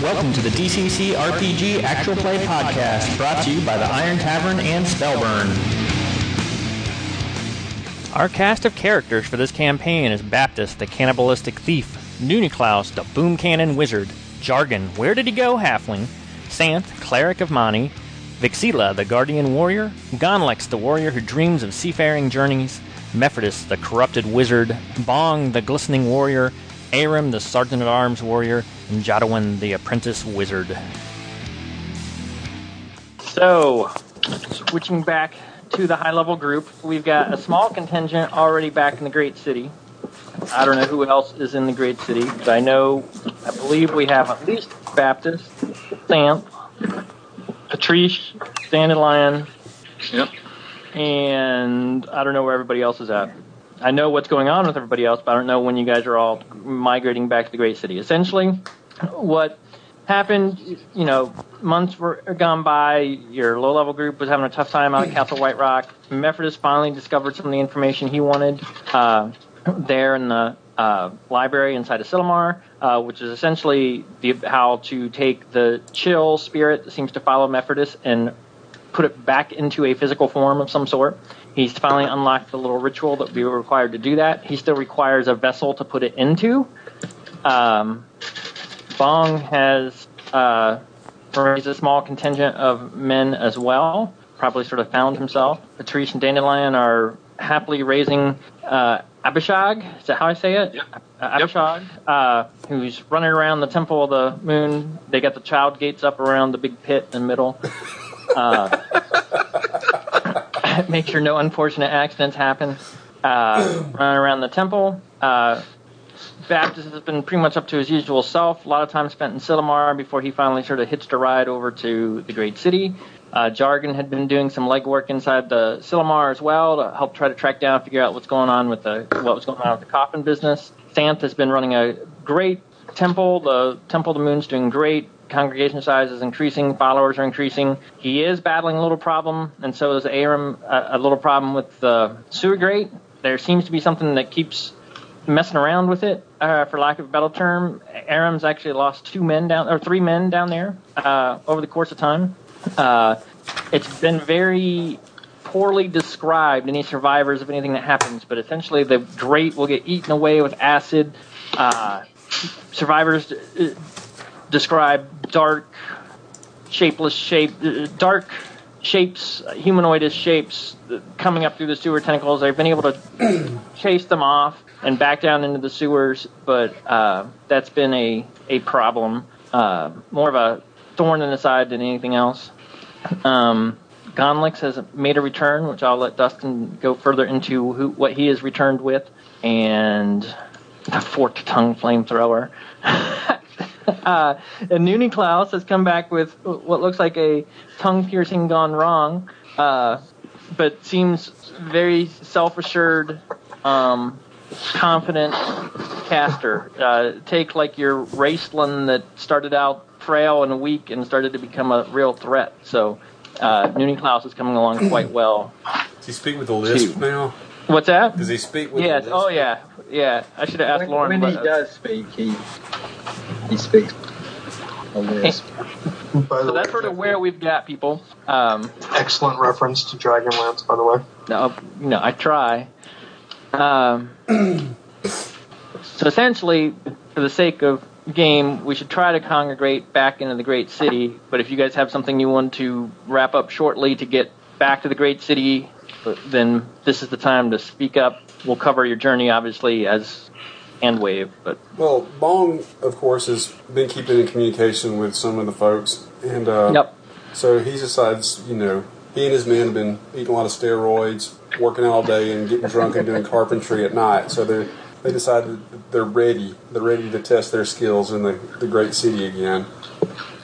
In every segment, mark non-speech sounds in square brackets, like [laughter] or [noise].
Welcome to the DCC RPG Actual Play Podcast, brought to you by the Iron Tavern and Spellburn. Our cast of characters for this campaign is Baptist, the cannibalistic thief, Nuniklaus, the boom cannon wizard, Jargon, where did he go, halfling, Santh, cleric of Mani, Vixila, the guardian warrior, Gonlex, the warrior who dreams of seafaring journeys, Mephrodis, the corrupted wizard, Bong, the glistening warrior, Aram, the sergeant at arms warrior, and Jadawin, the apprentice wizard. So, switching back to the high level group, we've got a small contingent already back in the Great City. I don't know who else is in the Great City, but I know, I believe we have at least Baptist, Sam, Patrice, Dandelion, Yep. and I don't know where everybody else is at. I know what's going on with everybody else, but I don't know when you guys are all migrating back to the Great City. Essentially, what happened, you know, months were gone by, your low level group was having a tough time out at Castle White Rock. Mephrodis finally discovered some of the information he wanted uh, there in the uh, library inside of Silmar, uh, which is essentially the, how to take the chill spirit that seems to follow Mephrodis and put it back into a physical form of some sort. He's finally unlocked the little ritual that we were required to do that. He still requires a vessel to put it into. Um, Bong has uh, raised a small contingent of men as well. Probably sort of found himself. Patrice and Dandelion are happily raising uh, Abishag. Is that how I say it? Yep. Uh, Abishag, uh, who's running around the Temple of the Moon. They got the child gates up around the big pit in the middle. Uh, [laughs] make sure no unfortunate accidents happen. Uh, running around the temple. Uh, Baptist has been pretty much up to his usual self. A lot of time spent in Silmar before he finally sort of hitched a ride over to the great city. Uh, Jargon had been doing some legwork inside the Silmar as well to help try to track down, and figure out what's going on with the what was going on with the coffin business. Santh has been running a great temple. The Temple of the Moon's doing great. Congregation size is increasing. Followers are increasing. He is battling a little problem, and so is Aram. A, a little problem with the sewer grate. There seems to be something that keeps messing around with it, uh, for lack of a better term. Aram's actually lost two men down or three men down there uh, over the course of time. Uh, it's been very poorly described any survivors of anything that happens, but essentially the grate will get eaten away with acid. Uh, survivors uh, describe dark, shapeless shape, uh, dark shapes, humanoid shapes uh, coming up through the sewer tentacles. They've been able to chase them off and back down into the sewers, but uh, that's been a, a problem. Uh, more of a thorn in the side than anything else. Um, Gonlix has made a return, which I'll let Dustin go further into who, what he has returned with, and the forked tongue flamethrower. [laughs] uh, and Noonie Klaus has come back with what looks like a tongue piercing gone wrong, uh, but seems very self assured, um, confident caster. Uh, take like your Raceland that started out frail and weak and started to become a real threat. So uh, Noonie Klaus is coming along quite well. Does he speak with a lisp now? What's that? Does he speak with Yes. a lisp? Oh, yeah. Yeah. I should have asked when, Lauren. when but- uh, he does speak, he he speaks a lisp. By the So way, that's sort of where we've got people. Um, excellent reference to Dragonlance, by the way. no, no, I try. Um, so essentially, for the sake of game, we should try to congregate back into the great city. But if you guys have something you want to wrap up shortly to get back to the great city, then this is the time to speak up. We'll cover your journey, obviously, as Handwave, but Well, Bong, of course, has been keeping in communication with some of the folks, and uh, Yep. so he decides, you know, he and his men have been eating a lot of steroids, working all day, and getting drunk and doing carpentry at night. So they they decide that they're ready. They're ready to test their skills in the, the great city again.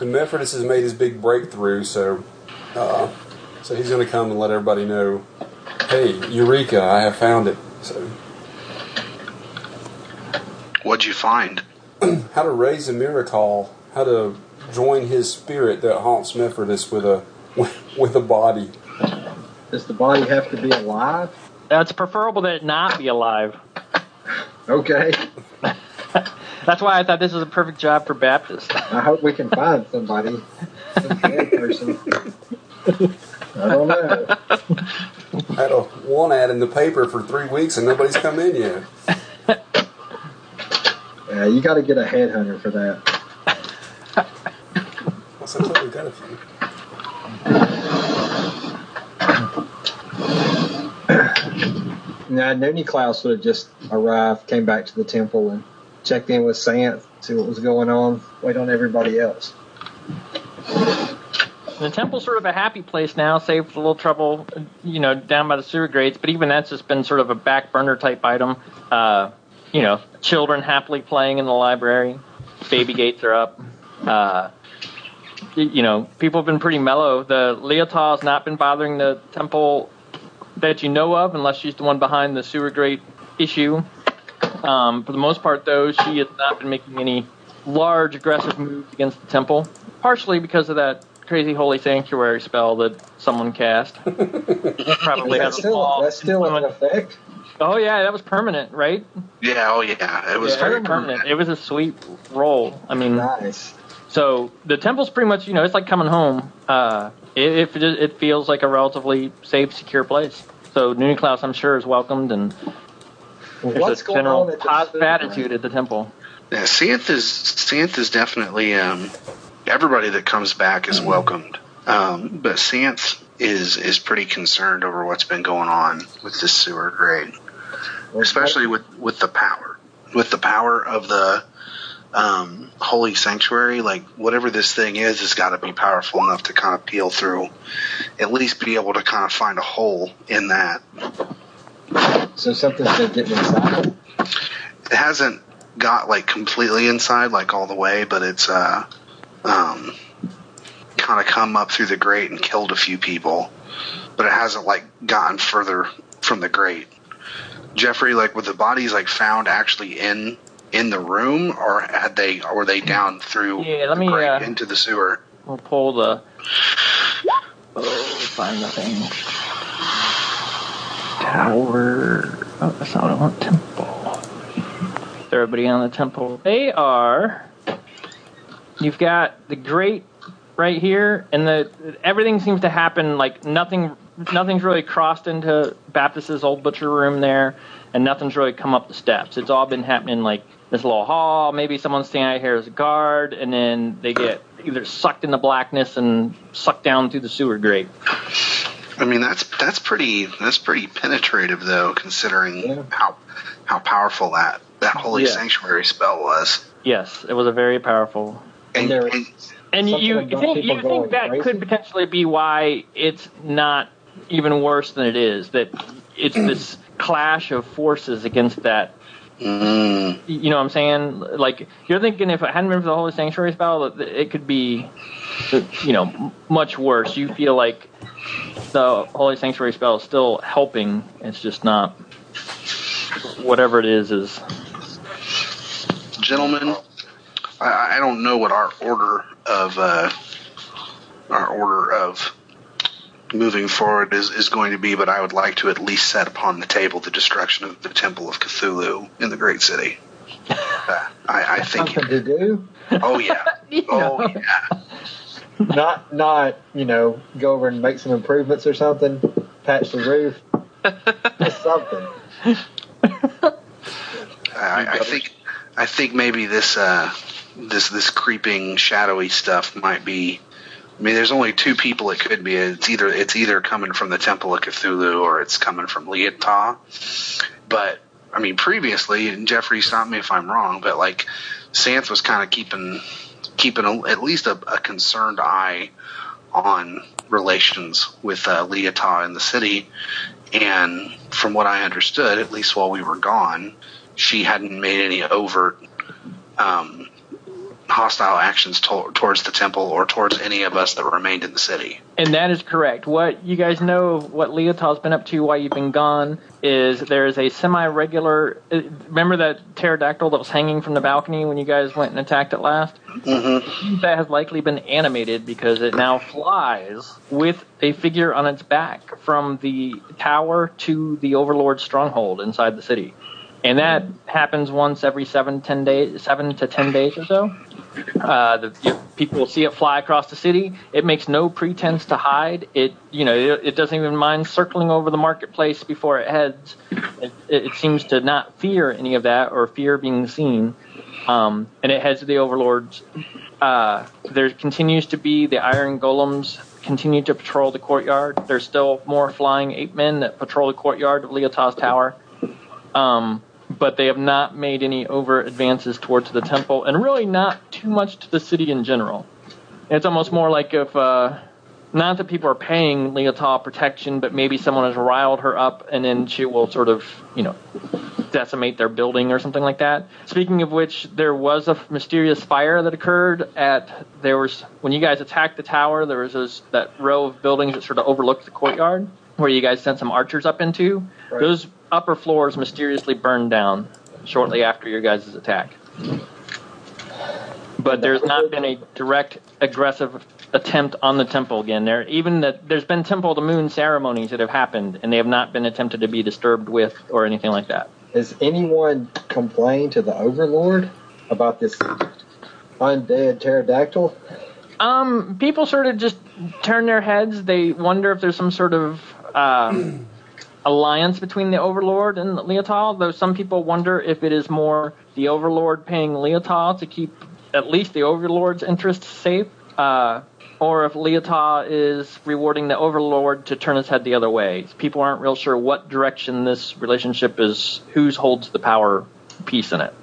And Mephrodis has made his big breakthrough, so uh, so he's going to come and let everybody know, hey, Eureka! I have found it. So What'd you find? how to raise a miracle, how to join his spirit that haunts Mephrodis with a [laughs] with a body. Does the body have to be alive? that's preferable that it not be alive. Okay. That's why I thought this was a perfect job for Baptist. I hope we can find somebody, some dead person. I don't know. I had a one ad in the paper for three weeks and nobody's come in yet. Yeah, you got to get a headhunter for that. I said, "Look, we got a few. Now, Noni Klaus would have just arrived, came back to the temple, and checked in with Santh, see what was going on, wait on everybody else. The temple's sort of a happy place now, save for the little trouble, you know, down by the sewer grates. But even that's just been sort of a back burner type item. Uh, you know, children happily playing in the library, baby gates are up. Uh, y- you know, people have been pretty mellow. The Leotard's not been bothering the temple that you know of, unless she's the one behind the sewer grate issue. Um, for the most part, though, she has not been making any large aggressive moves against the temple, partially because of that crazy holy sanctuary spell that someone cast. Probably That's has a still, small that's still in influence. effect. Oh yeah, that was permanent, right? Yeah, oh yeah. It was Yeah, very permanent. It was a sweet roll. I mean, Nice. so the temple's pretty much you know it's like coming home. Uh, it, it it feels like a relatively safe, secure place. So Noonie Klaus, I'm sure, is welcomed, and Well, there's what's a going general on at the positive food attitude bank? at the temple. Yeah, Santh is Santh is definitely um, everybody that comes back is welcomed. Um, but Santh is is pretty concerned over what's been going on with this sewer grade, Well, especially with with the power, with the power of the um, holy sanctuary. Like whatever this thing is, it's got to be powerful enough to kind of peel through, at least be able to kind of find a hole in that. So something's been getting inside. it hasn't got like completely inside like all the way but it's uh um kind of come up through the grate and killed a few people but it hasn't like gotten further from the grate jeffrey like were the bodies like found actually in in the room or had they or were they down through Yeah, let the me, grate uh, into the sewer We'll pull the. Oh, find the thing. Tower. Oh, that's not what I want. Temple. Is everybody on the temple? They are. You've got the great right here, and the everything seems to happen like nothing. Nothing's really crossed into Baptist's old butcher room there, and nothing's really come up the steps. It's all been happening like this little hall. Maybe someone's standing out here as a guard, and then they get either sucked in the blackness and sucked down through the sewer grate. i mean that's that's pretty that's pretty penetrative though considering Yeah. how how powerful that that holy Yeah. sanctuary spell was Yes, it was a very powerful and, There- and And Something you about think, people you going think that crazy. could potentially be why it's not even worse than it is. That it's this clash of forces against that. Mm, You know what I'm saying? Like you're thinking, if it hadn't been for the Holy Sanctuary spell, that it could be, you know, m- much worse. You feel like the Holy Sanctuary spell is still helping. It's just not. Whatever it is, is gentlemen, I, I don't know what our order of uh, our order of moving forward is, is going to be, but I would like to at least set upon the table the destruction of the Temple of Cthulhu in the Great City. Uh, I, I think. Something to do. Oh yeah. you know, Oh yeah. Not, not you know, go over and make some improvements or something. Patch the roof. Just something. I, I think. I think maybe this uh, this this creeping shadowy stuff might be. I mean, there's only two people it could be. It's either it's either coming from the Temple of Cthulhu or it's coming from Leotah. But I mean, previously, and Jeffrey, stop me if I'm wrong, but like Santh was kind of keeping keeping a, at least a, a concerned eye on relations with uh, Leotah in the city. And from what I understood, at least while we were gone, she hadn't made any overt um, hostile actions to- towards the temple or towards any of us that remained in the city. And that is correct. What you guys know, what Leotard's been up to while you've been gone, is there is a semi-regular. uh, Remember that pterodactyl that was hanging from the balcony when you guys went and attacked it last? Mm-hmm. That has likely been animated because it now flies with a figure on its back from the tower to the Overlord stronghold inside the city. and that happens once every seven, ten days, seven to ten days or so. Uh, the you, people see it fly across the city. It makes no pretense to hide. It, you know, it, it doesn't even mind circling over the marketplace before it heads. It, it, it seems to not fear any of that or fear being seen. Um, and it heads to the overlords. Uh, there continues to be the iron golems continue to patrol the courtyard. There's still more flying ape men that patrol the courtyard of Leotard's tower. Um, but they have not made any overt advances towards the temple, and really not too much to the city in general. It's almost more like if, uh, not that people are paying Leotard protection, but maybe someone has riled her up, and then she will sort of, you know, decimate their building or something like that. Speaking of which, there was a f- mysterious fire that occurred at there was when you guys attacked the tower. There was those, that row of buildings that sort of overlooked the courtyard where you guys sent some archers up into. Right. Those upper floors mysteriously burned down shortly after your guys' attack. But there's not been a direct aggressive attempt on the temple again. There, even that there's been temple of the moon ceremonies that have happened, and they have not been attempted to be disturbed with or anything like that. Has anyone complained to the Overlord about this undead pterodactyl? Um, people sort of just turn their heads. They wonder if there's some sort of uh, [clears throat] alliance between the Overlord and Leotard. Though some people wonder if it is more the Overlord paying Leotard to keep at least the Overlord's interests safe, uh, or if Leotard is rewarding the Overlord to turn his head the other way. People aren't real sure what direction this relationship is, who's holds the power piece in it.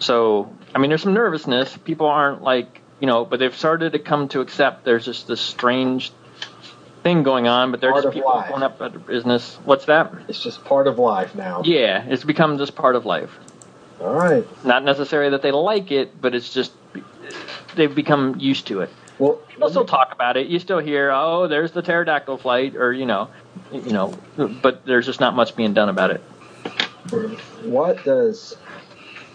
So, I mean, there's some nervousness. People aren't like, you know, but they've started to come to accept there's just this strange thing going on, but they're Part just of people life. going up out of business. What's that? It's just part of life now. Yeah, it's become just part of life. All right. Not necessarily that they like it, but it's just they've become used to it. Well, People still talk about it. You still hear, oh, there's the pterodactyl flight, or you know, you know, but there's just not much being done about it. what does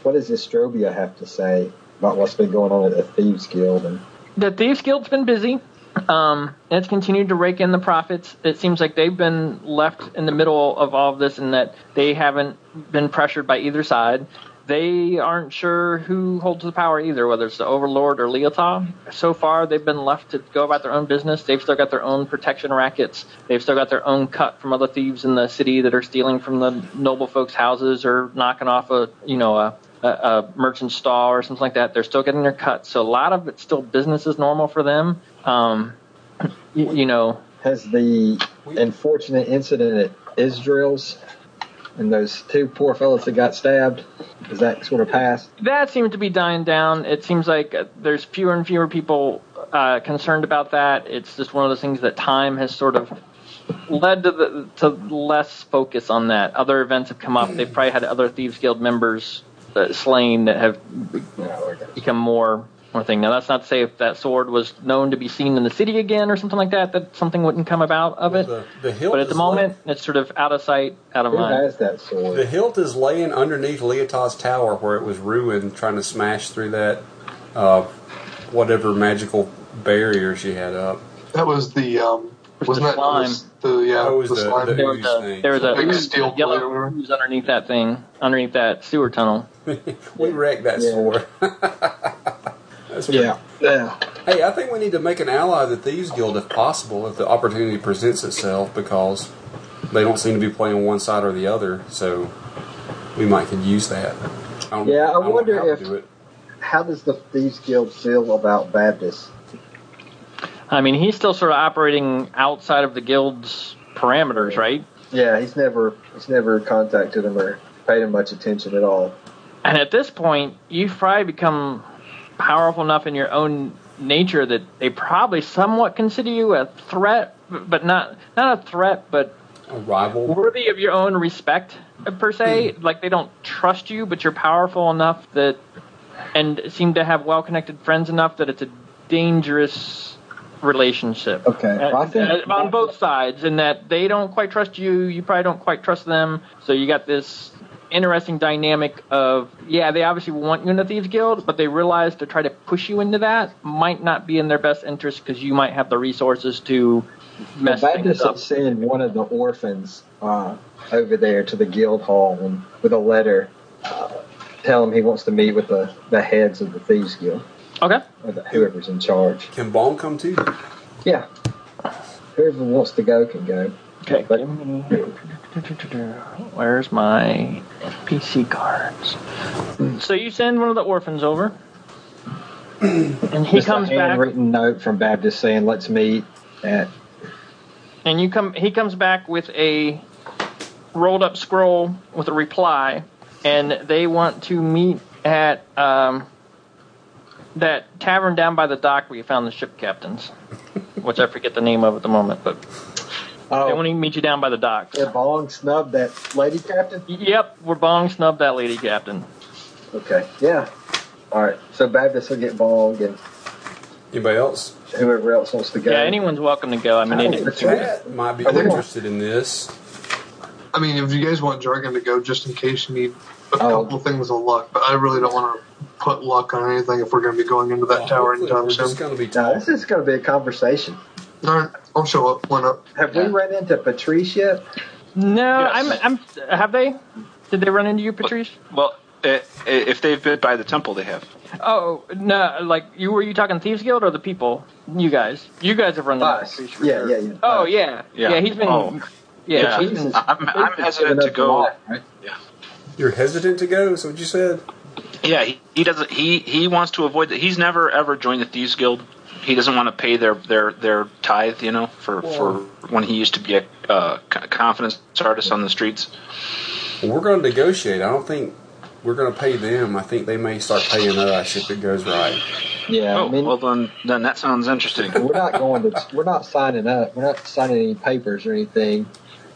what does Estrobia have to say about what's been going on at the Thieves Guild? And the Thieves Guild's been busy. Um, and it's continued to rake in the profits. It seems like they've been left in the middle of all of this and that they haven't been pressured by either side. They aren't sure who holds the power either, whether it's the Overlord or Leotah. So far, they've been left to go about their own business. They've still got their own protection rackets. They've still got their own cut from other thieves in the city that are stealing from the noble folks' houses or knocking off a, you know, a a, a merchant stall or something like that. They're still getting their cuts. So a lot of it's still business as normal for them. Um, you, you know, has the unfortunate incident at Israel's and those two poor fellas that got stabbed is that sort of passed? that seems to be dying down. It seems like uh, there's fewer and fewer people uh, concerned about that. It's just one of those things that time has sort of led to the to less focus on that. Other events have come up. They've probably had other thieves guild members uh, slain that have No, I guess. become more more thing. Now that's not to say if that sword was known to be seen in the city again or something like that, that something wouldn't come about of it. The, the hilt But at the is moment, it's sort of out of sight, out of Who mind. has that lay- the sword? hilt is laying underneath Leotard's tower where it was ruined, trying to smash through that uh, whatever magical barrier she had up. That was the um, Was wasn't the that that was the yeah That was the, the- slime. the- There was a, there was a, Big steel a yellow blade or whatever. ooze underneath that thing, underneath that sewer tunnel. We wrecked that Yeah. sword. That's pretty- Yeah. Yeah. Hey, I think we need to make an ally of the Thieves Guild if possible, if the opportunity presents itself, because they don't seem to be playing one side or the other. So we might could use that. I don't- Yeah, I don't know wonder how to if- do it. How does the Thieves Guild feel about Baptists? I mean, he's still sort of operating outside of the guild's parameters, right? Yeah, he's never he's never contacted him or paid him much attention at all. And at this point, you've probably become powerful enough in your own nature that they probably somewhat consider you a threat, but not not a threat, but a rival. worthy of your own respect per se. Hmm. Like they don't trust you, but you're powerful enough that, and seem to have well-connected friends enough that it's a dangerous relationship. Okay, well, I Uh, think- uh, on both sides, in that they don't quite trust you, you probably don't quite trust them. So you got this interesting dynamic of yeah, they obviously want you in the thieves guild, but they realize to try to push you into that might not be in their best interest because you might have the resources to The mess things Baptists up. had sent one of the orphans uh, over there to the guild hall and, with a letter tell him he wants to meet with the, the heads of the thieves guild, Okay. or the, whoever's in charge. Can Baum come too? Yeah, whoever wants to go can go. Okay. But- give me- Where's my PC cards? So you send one of the orphans over, and he Just comes a back. handwritten note from Baptist saying, "Let's meet at." and you come he comes back with a rolled up scroll with a reply and they want to meet at um, that tavern down by the dock where you found the ship captains which i forget the name of at the moment but they Oh, want to meet you down by the dock yeah, Bong snubbed that lady captain. yep we're bong snubbed that lady captain Okay, yeah. All right, so Baptist will get Bong and Anybody else? whoever else wants to go. yeah anyone's welcome to go i mean I it- think Chad might be I think- interested in this. I mean, if you guys want Jargon to go, just in case you need a Oh. couple things of luck, but I really don't want to put luck on anything if we're going to be going into that Well, tower hopefully anytime We're just soon. going to be No, this talking. is going to be a conversation. All right, I'll show up. Why not? Have Yeah. we run into Patrice yet? no Yes. i'm i'm have they did they run into you patrice Well, i- i- if they've been by the temple, they have. oh no like you were you talking thieves guild or the people you guys you guys have run into Us. Patrice for Yeah, sure. yeah, yeah. Oh yeah, Yeah. yeah. he's been. Oh. Yeah, he's been. Jesus. I'm, I'm hesitant to go. You're hesitant to go? Is what you said? Yeah, he, he doesn't. He he wants to avoid that. He's never ever joined the thieves guild. He doesn't want to pay their their their tithe, you know, for for when he used to be a uh, co- confidence artist on the streets. Well, we're going to negotiate. I don't think we're going to pay them. I think they may start paying us if it goes right. Yeah, Oh, I mean, well then then that sounds interesting. [laughs] we're not going to. We're not signing up. We're not signing any papers or anything.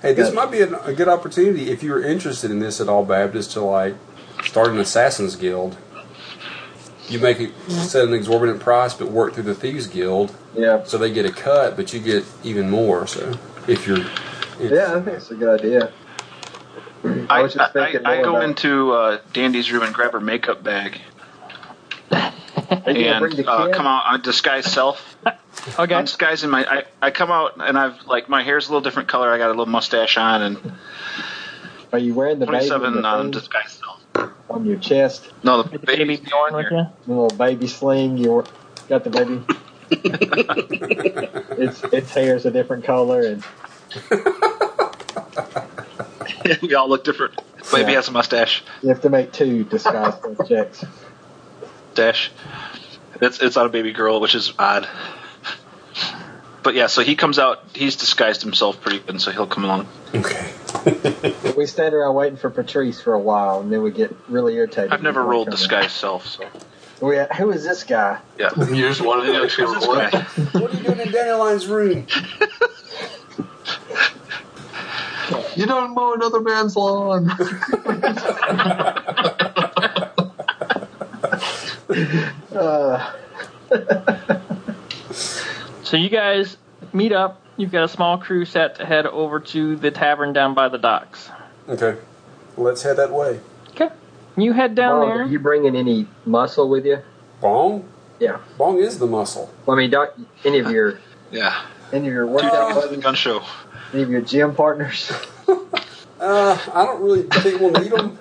Hey, this Yeah. might be an, a good opportunity if you're interested in this at all, Baptist, to like start an assassins guild. You make it set an exorbitant price, but work through the thieves guild, Yeah, so they get a cut, but you get even more. So if you're, [laughs] if- yeah, I think it's a good idea. I I, was just I- thinking I more go about- into uh, Dandy's room and grab her makeup bag Are you gonna and bring the uh, kid? come out on disguise self. I'm Okay. disguising my. I, I come out and I've like my hair's a little different color. I got a little mustache on and Are you wearing the baby 27 um, on, disguise self. on your chest? No, the The baby baby's Bjorn with you. The little baby sling. You got the [laughs] baby. its its hair is a different color, and [laughs] we all look different. Baby Yeah. has a mustache. you have to make two disguise checks. Dash. It's it's on a baby girl, which is odd. But yeah, so he comes out. He's disguised himself pretty good, so he'll come along. okay, We stand around waiting for Patrice for a while, and then we get really irritated. I've never when he rolled comes disguise self, so in. We, who is this guy? yeah. [laughs] You just wanted to actually Who's this roll it. guy? what are you doing in Dandelion's room? You don't mow another [laughs] man's lawn. So you guys meet up. You've got a small crew set to head over to the tavern down by the docks. Okay, let's head that way. Okay. You head down Bong, there. are you bringing any muscle with you? Bong, Yeah. Bong is the muscle. Well, I mean, doc, any of your Yeah. any of your workout He's at the buddies, gun show. any of your gym partners? Uh, I don't really think we'll need [laughs] him.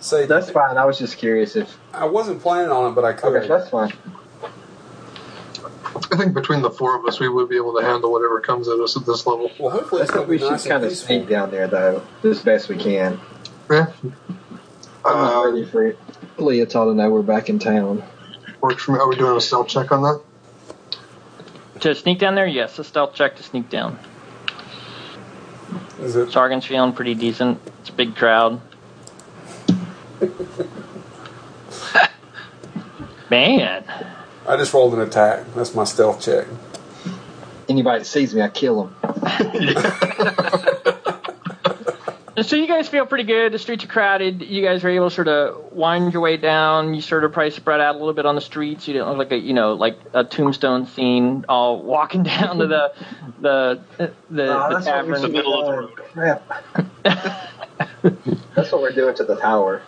Say That's fine. I was just curious if. I wasn't planning on it, but I could. Okay, that's fine. I think between the four of us, we would be able to handle whatever comes at us at this level. well, hopefully it's That's going to what be we should nice kind and of peaceful. sneak down there, though, as best we can. Yeah. I'm not Uh, ready for it. Leotard and I were back in town. works for me. Are we doing a stealth check on that? to sneak down there, yes, a stealth check to sneak down. Is it? Sargon's feeling pretty decent. It's a big [laughs] crowd. Man, I just rolled an attack. That's my stealth check. Anybody that sees me, I kill them. So you guys feel pretty good. The streets are crowded. You guys are able to sort of wind your way down. You sort of probably spread out a little bit on the streets. You didn't look like a you know like a tombstone scene, all walking [laughs] down to the the the, the The tavern. middle of the [laughs] road. Crap. that's what we're doing to the tower.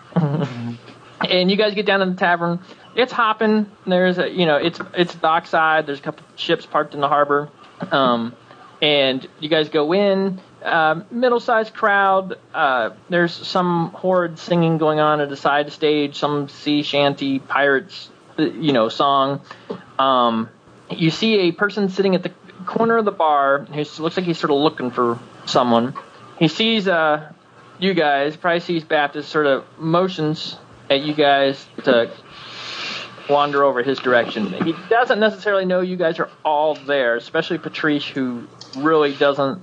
And you guys get down to the tavern. It's hopping. There's a you know it's it's dockside. There's a couple ships parked in the harbor. Um, and you guys go in. Um, middle-sized crowd. Uh, there's some horrid singing going on at a side stage. Some sea shanty pirates, uh, you know, song. Um, you see a person sitting at the corner of the bar who s- looks like he's sort of looking for someone. He sees uh, you guys. Probably sees Baptist sort of motions at you guys to wander over his direction. He doesn't necessarily know you guys are all there, especially Patrice, who really doesn't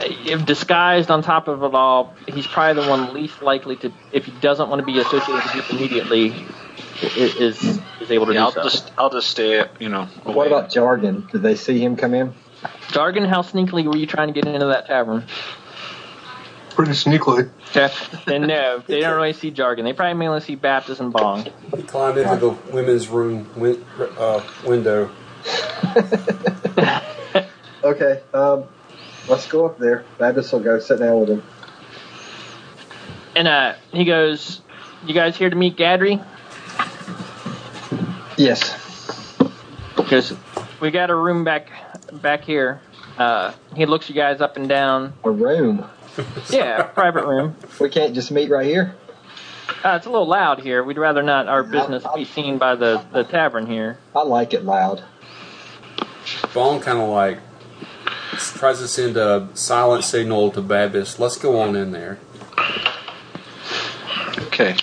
if disguised on top of it all, he's probably the one least likely to, if he doesn't want to be associated with it immediately, i- i- is is able to Yeah, I'll do so. just I'll just stay. You know. What about Jargon? Did they see him come in? Jargon, how sneakily were you trying to get into that tavern? Pretty sneakily. Okay. then no, they don't really see Jargon. They probably mainly see Baptist and Bong. He climbed into the women's room win- uh, window. Okay, um, let's go up there. Baptist will go sit down with him. And uh, he goes, "You guys here to meet Gadry?" Yes. Because we got a room back back here. Uh, he looks you guys up and down. A room. Yeah, private room. We can't just meet right here. Uh, it's a little loud here. We'd rather not our business be seen by the, the tavern here. I like it [laughs] loud. Bone kind of like tries to send a silent signal to Baptist. Let's go on in there. Okay.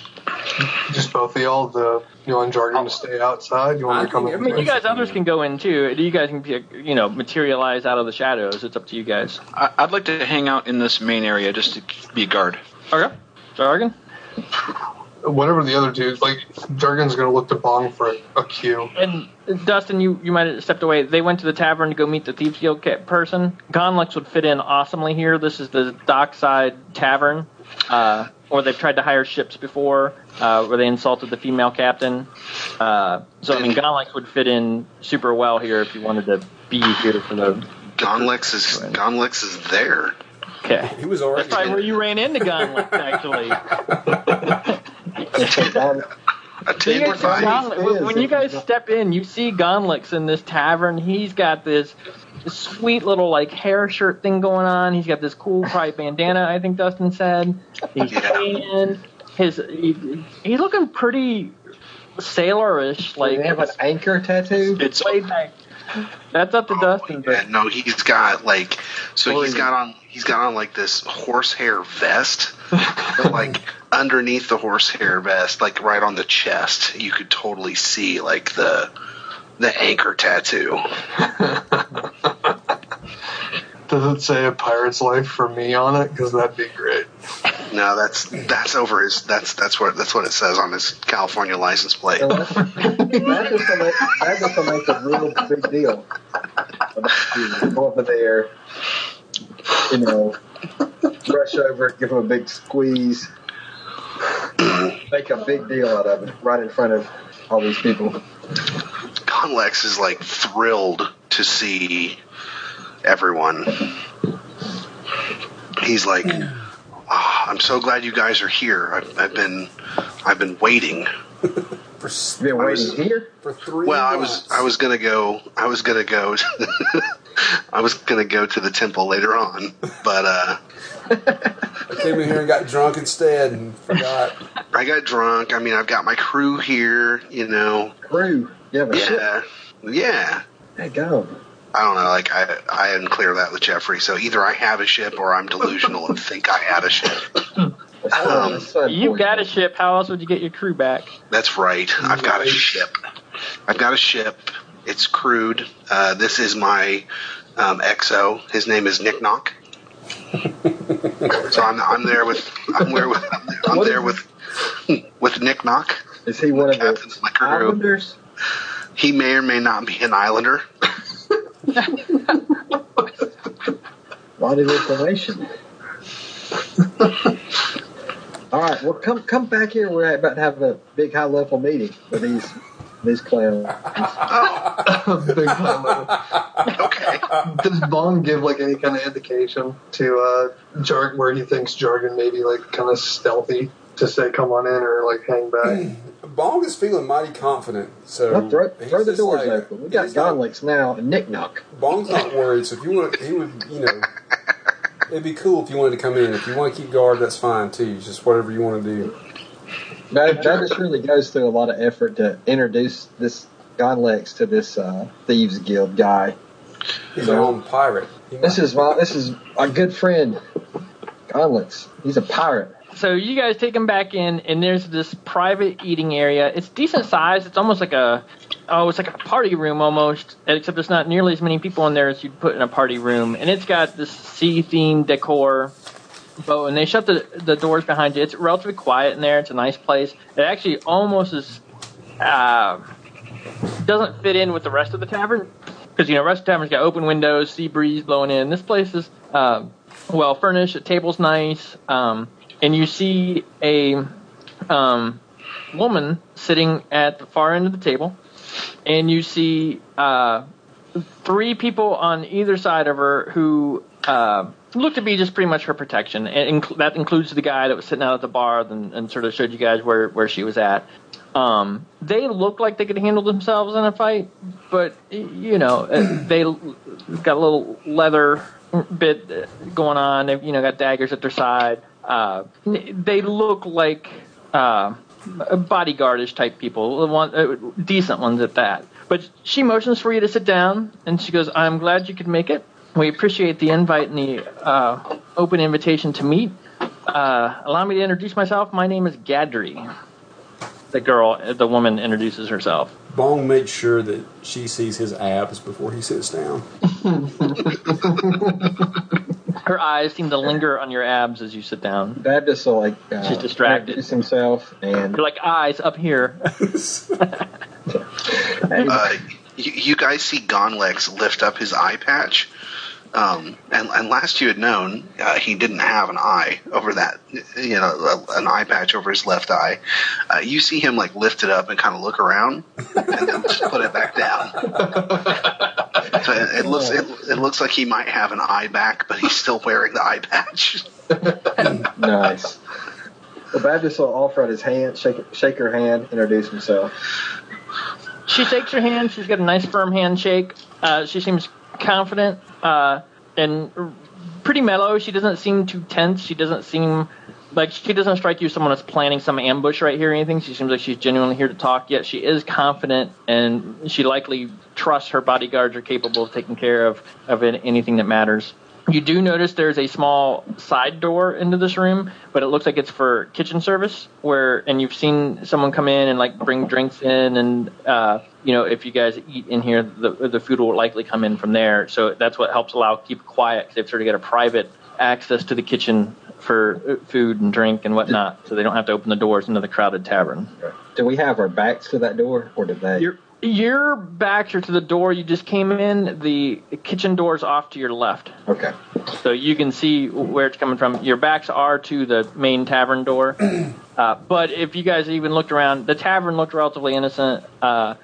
Just both of y'all, the you and Jargon to stay outside. You want me to come I in? I mean, you with guys, others can go in too. You guys can, be, you know, materialize out of the shadows. It's up to you guys. I, I'd like to hang out in this main area just to be a guard. Okay. Jargon? me? Whatever the other dudes, like Jargon's gonna look to Bong for a cue. And Dustin, you, you might have stepped away. They went to the tavern to go meet the Thieves Guild ca- person. Gonlex would fit in awesomely here. This is the dockside tavern, uh, or they've tried to hire ships before, uh, where they insulted the female captain. Uh, so, I mean, Gonlex would fit in super well here if you wanted to be here for the. Gonlex is Gonlex is there. Okay. He was already. That's probably where you ran into Gonlex, actually. Um, A So you ten guys see five. Gonlex- when- when you guys step in, you see Gonlex in this tavern. He's got this sweet little like hair shirt thing going on. He's got this cool probably bandana. I think Dustin said he's Yeah. tan. His he, he's looking pretty sailorish, do like they have an anchor [laughs] tattoo? It's way back. That's Oh, up to Dustin, Yeah, but no, he's got like so he's got on he's got on like this horsehair vest, but like underneath the horsehair vest, like right on the chest, you could totally see like the the anchor tattoo. Does it say a pirate's life for me on it? Because that'd be [laughs] great. No, that's that's over his that's that's what that's what it says on his California license plate. Unless- Baptist will make, Baptist will make a real big deal about you. Go over there, you know, rush over, give him a big squeeze, make a big deal out of it right in front of all these people. Conlex is like thrilled to see everyone. He's like, "Ah, I'm so glad you guys are here. I've, I've been, I've been waiting. for, s- Been waiting here. for three. Well, I was, months. I was gonna go, I was gonna go, [laughs] I was gonna go to the temple later on, but uh, I came in here and got drunk instead and forgot. I got drunk. I mean, I've got my crew here. You know, Crew. You have a ship. yeah, yeah. Hey, go. I don't know. Like I, I didn't clear that with Jeffrey. So either I have a ship or I'm delusional and think I had a ship. Um, you got a ship. How else would you get your crew back? That's right. I've got a ship. I've got a ship. It's crude. Uh, this is my um, XO. His name is Nick Knock. so I'm, I'm there with I'm there with I'm there with with Nick Knock. Is he one of Captain the Liquor Room. islanders? He may or may not be an islander. A lot of information. [laughs] All right, well, come come back here. We're about to have a big high level meeting with these these clowns. big hello. Okay. Does Bong give like any kind of indication to uh, Jargon where he thinks Jargon may be like kind of stealthy to say come on in or like hang Hmm. back? Bong is feeling mighty confident, so Well, throw, he's throw the just doors like- open. We got he's not- Gonlix now and Nick Knock. Bong's not worried, so if you want, he would, you know, It'd be cool if you wanted to come in. If you want to keep guard, that's fine too. It's Just whatever you want to do. That, that just really goes through a lot of effort to introduce this guy Lex to this uh, thieves guild guy. He's our own pirate. He This might- is my this is our good friend Gonlex. He's a pirate. So you guys take them back in, and there's this private eating area. It's decent size. It's almost like a oh, it's like a party room almost, except it's not nearly as many people in there as you'd put in a party room. And it's got this sea themed decor. But when they shut the the doors behind you, it's relatively quiet in there. It's a nice place. It actually almost is uh, doesn't fit in with the rest of the tavern because you know rest of the tavern's got open windows, sea breeze blowing in. This place is uh, well furnished. The table's nice, um, and you see a um, woman sitting at the far end of the table, and you see uh, three people on either side of her who. Uh, Look to be just pretty much her protection, and inc- that includes the guy that was sitting out at the bar and, and sort of showed you guys where, where she was at. Um, they look like they could handle themselves in a fight, but y- you know uh, they l- got a little leather bit uh, going on. They've you know got daggers at their side. Uh, n- they look like uh, bodyguardish type people, the one, uh, decent ones at that. But she motions for you to sit down, and she goes, "I'm glad you could make it. We appreciate the invite and the uh, open invitation to meet. Uh, allow me to introduce myself. My name is Gadri." the girl, the woman introduces herself. Bong makes sure that she sees his abs before he sits down. Her eyes seem to linger on your abs as you sit down. Baptist will like uh, She's distracted. introduce himself and You're like eyes up here. Uh, you, you guys see Gonlex lift up his eye patch. Um, and, and last you had known, uh, he didn't have an eye over that, you know, an eye patch over his left eye. Uh, you see him like lift it up and kind of look around, and then just put it back down. So it, it looks it, it looks like he might have an eye back, but he's still wearing the eye patch. nice. [laughs] The Baptist will offer out his hand, shake shake her hand, introduce himself. she shakes her hand. She's got a nice firm handshake. Uh, she seems confident uh, and r- pretty mellow. She doesn't seem too tense. She doesn't seem like she doesn't strike you as someone that's planning some ambush right here or anything. She seems like she's genuinely here to talk. Yet she is confident, and she likely trusts her bodyguards are capable of taking care of of an- anything that matters. You do notice there's a small side door into this room, but it looks like it's for kitchen service. Where and you've seen someone come in and like bring drinks in, and uh, you know if you guys eat in here, the the food will likely come in from there. So that's what helps allow keep quiet. they they've sort of got a private access to the kitchen for uh, food and drink and whatnot, so they don't have to open the doors into the crowded tavern. Do we have our backs to that door, or do they? Your your backs are to the door you just came in. The kitchen door's off to your left. Okay. So you can see where it's coming from. Your backs are to the main tavern [clears throat] door. Uh, but if you guys even looked around, the tavern looked relatively innocent. Uh,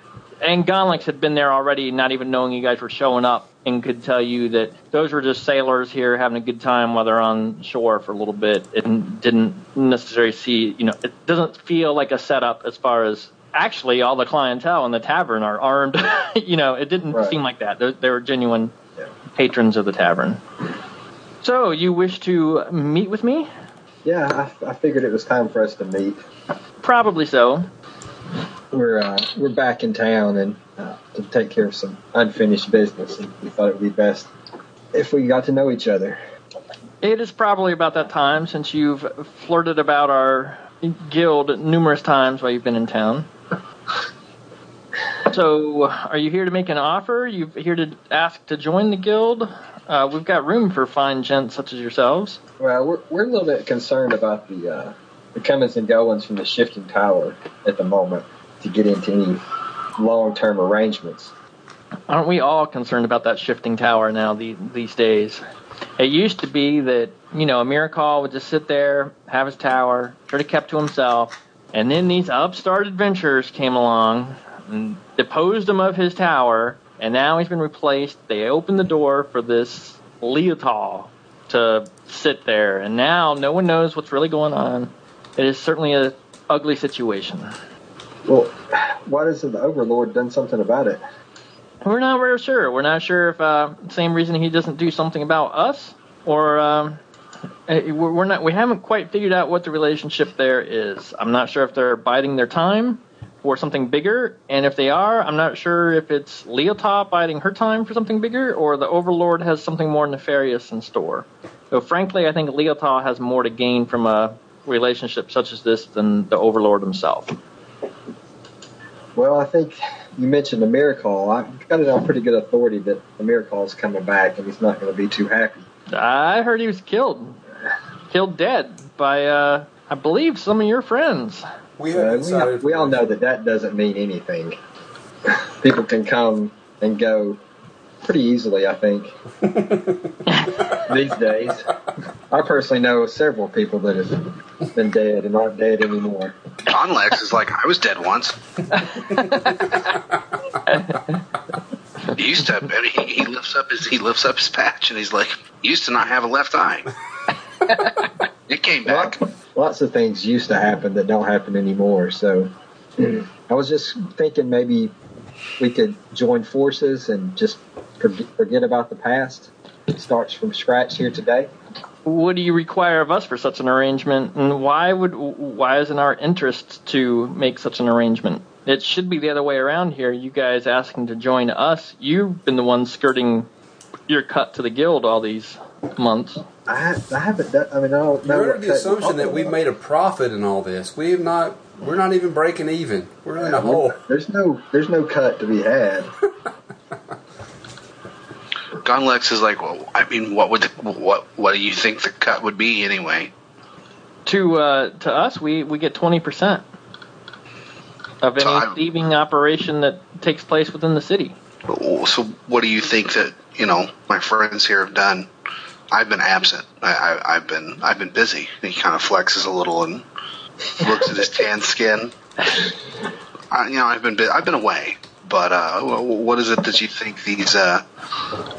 and Gonlix had been there already, not even knowing you guys were showing up, and could tell you that those were just sailors here having a good time while they're on shore for a little bit, and didn't necessarily see. You know, it doesn't feel like a setup as far as actually all the clientele in the tavern are armed. [laughs] you know, it didn't Right. seem like that. They, they were genuine Yeah. patrons of the tavern. So you wish to meet with me? Yeah, I, I figured it was time for us to meet. Probably so. We're uh, we're back in town and uh, to take care of some unfinished business. And we thought it would be best if we got to know each other. It is probably about that time since you've flirted about our guild numerous times while you've been in [laughs] town. So, are you here to make an offer? You here to ask to join the guild? Uh, we've got room for fine gents such as yourselves. Well, we're we're a little bit concerned about the uh, the comings and goings from the shifting tower at the moment to get into any long term arrangements. Aren't we all concerned about that shifting tower now the, these days? It used to be that, you know, Miracall would just sit there, have his tower, sort of kept to himself, and then these upstart adventurers came along and deposed him of his tower, and now he's been replaced. They opened the door for this Leotol to sit there, and now no one knows what's really going on. It is certainly a ugly situation. Well, why hasn't the Overlord done something about it? We're not real sure. We're not sure if uh, same reason he doesn't do something about us, or um, eh, we're we're not. We haven't quite figured out what the relationship there is. I'm not sure if they're biding their time for something bigger, and if they are, I'm not sure if it's Leotop biding her time for something bigger, or the Overlord has something more nefarious in store. So, frankly, I think Leotop has more to gain from a relationship such as this than the Overlord himself. Well, I think you mentioned the miracle. I've got it on pretty good authority that the miracle's coming back and he's not going to be too happy. I heard he was killed, killed dead by, uh, I believe, some of your friends. We have Uh, we, inside we all know information. that that doesn't mean anything. [laughs] People can come and go pretty easily, I think, these days. I personally know several people that have been dead and aren't dead anymore. Conlex is like, I was dead once. he used to. I mean, he, he lifts up his he lifts up his patch and he's like, used to not have a left eye. it came back. Lot- lots of things used to happen that don't happen anymore. So I was just thinking maybe we could join forces and just forget, forget about the past. It starts from scratch here today. What do you require of us for such an arrangement, and why would why is in our interest to make such an arrangement? It should be the other way around here. You guys asking to join us. You've been the one skirting your cut to the guild all these months. I, I haven't done, I mean, I don't know. You're under what cut the assumption you're that we've talking made a profit in all this. We have not. We're not even breaking even. We're in a about. hole. There's no, there's no cut to be had. Gunlex is like, well, I mean, what would the, what what do you think the cut would be anyway? To uh, to us, we we get twenty percent of any Time. thieving operation that takes place within the city. So what do you think that you know my friends here have done? I've been absent. I, I, I've been I've been busy. And he kind of flexes a little and looks at his tan skin. I, you know, I've been bu- I've been away. But uh, wh- wh- what is it that you think these? Uh,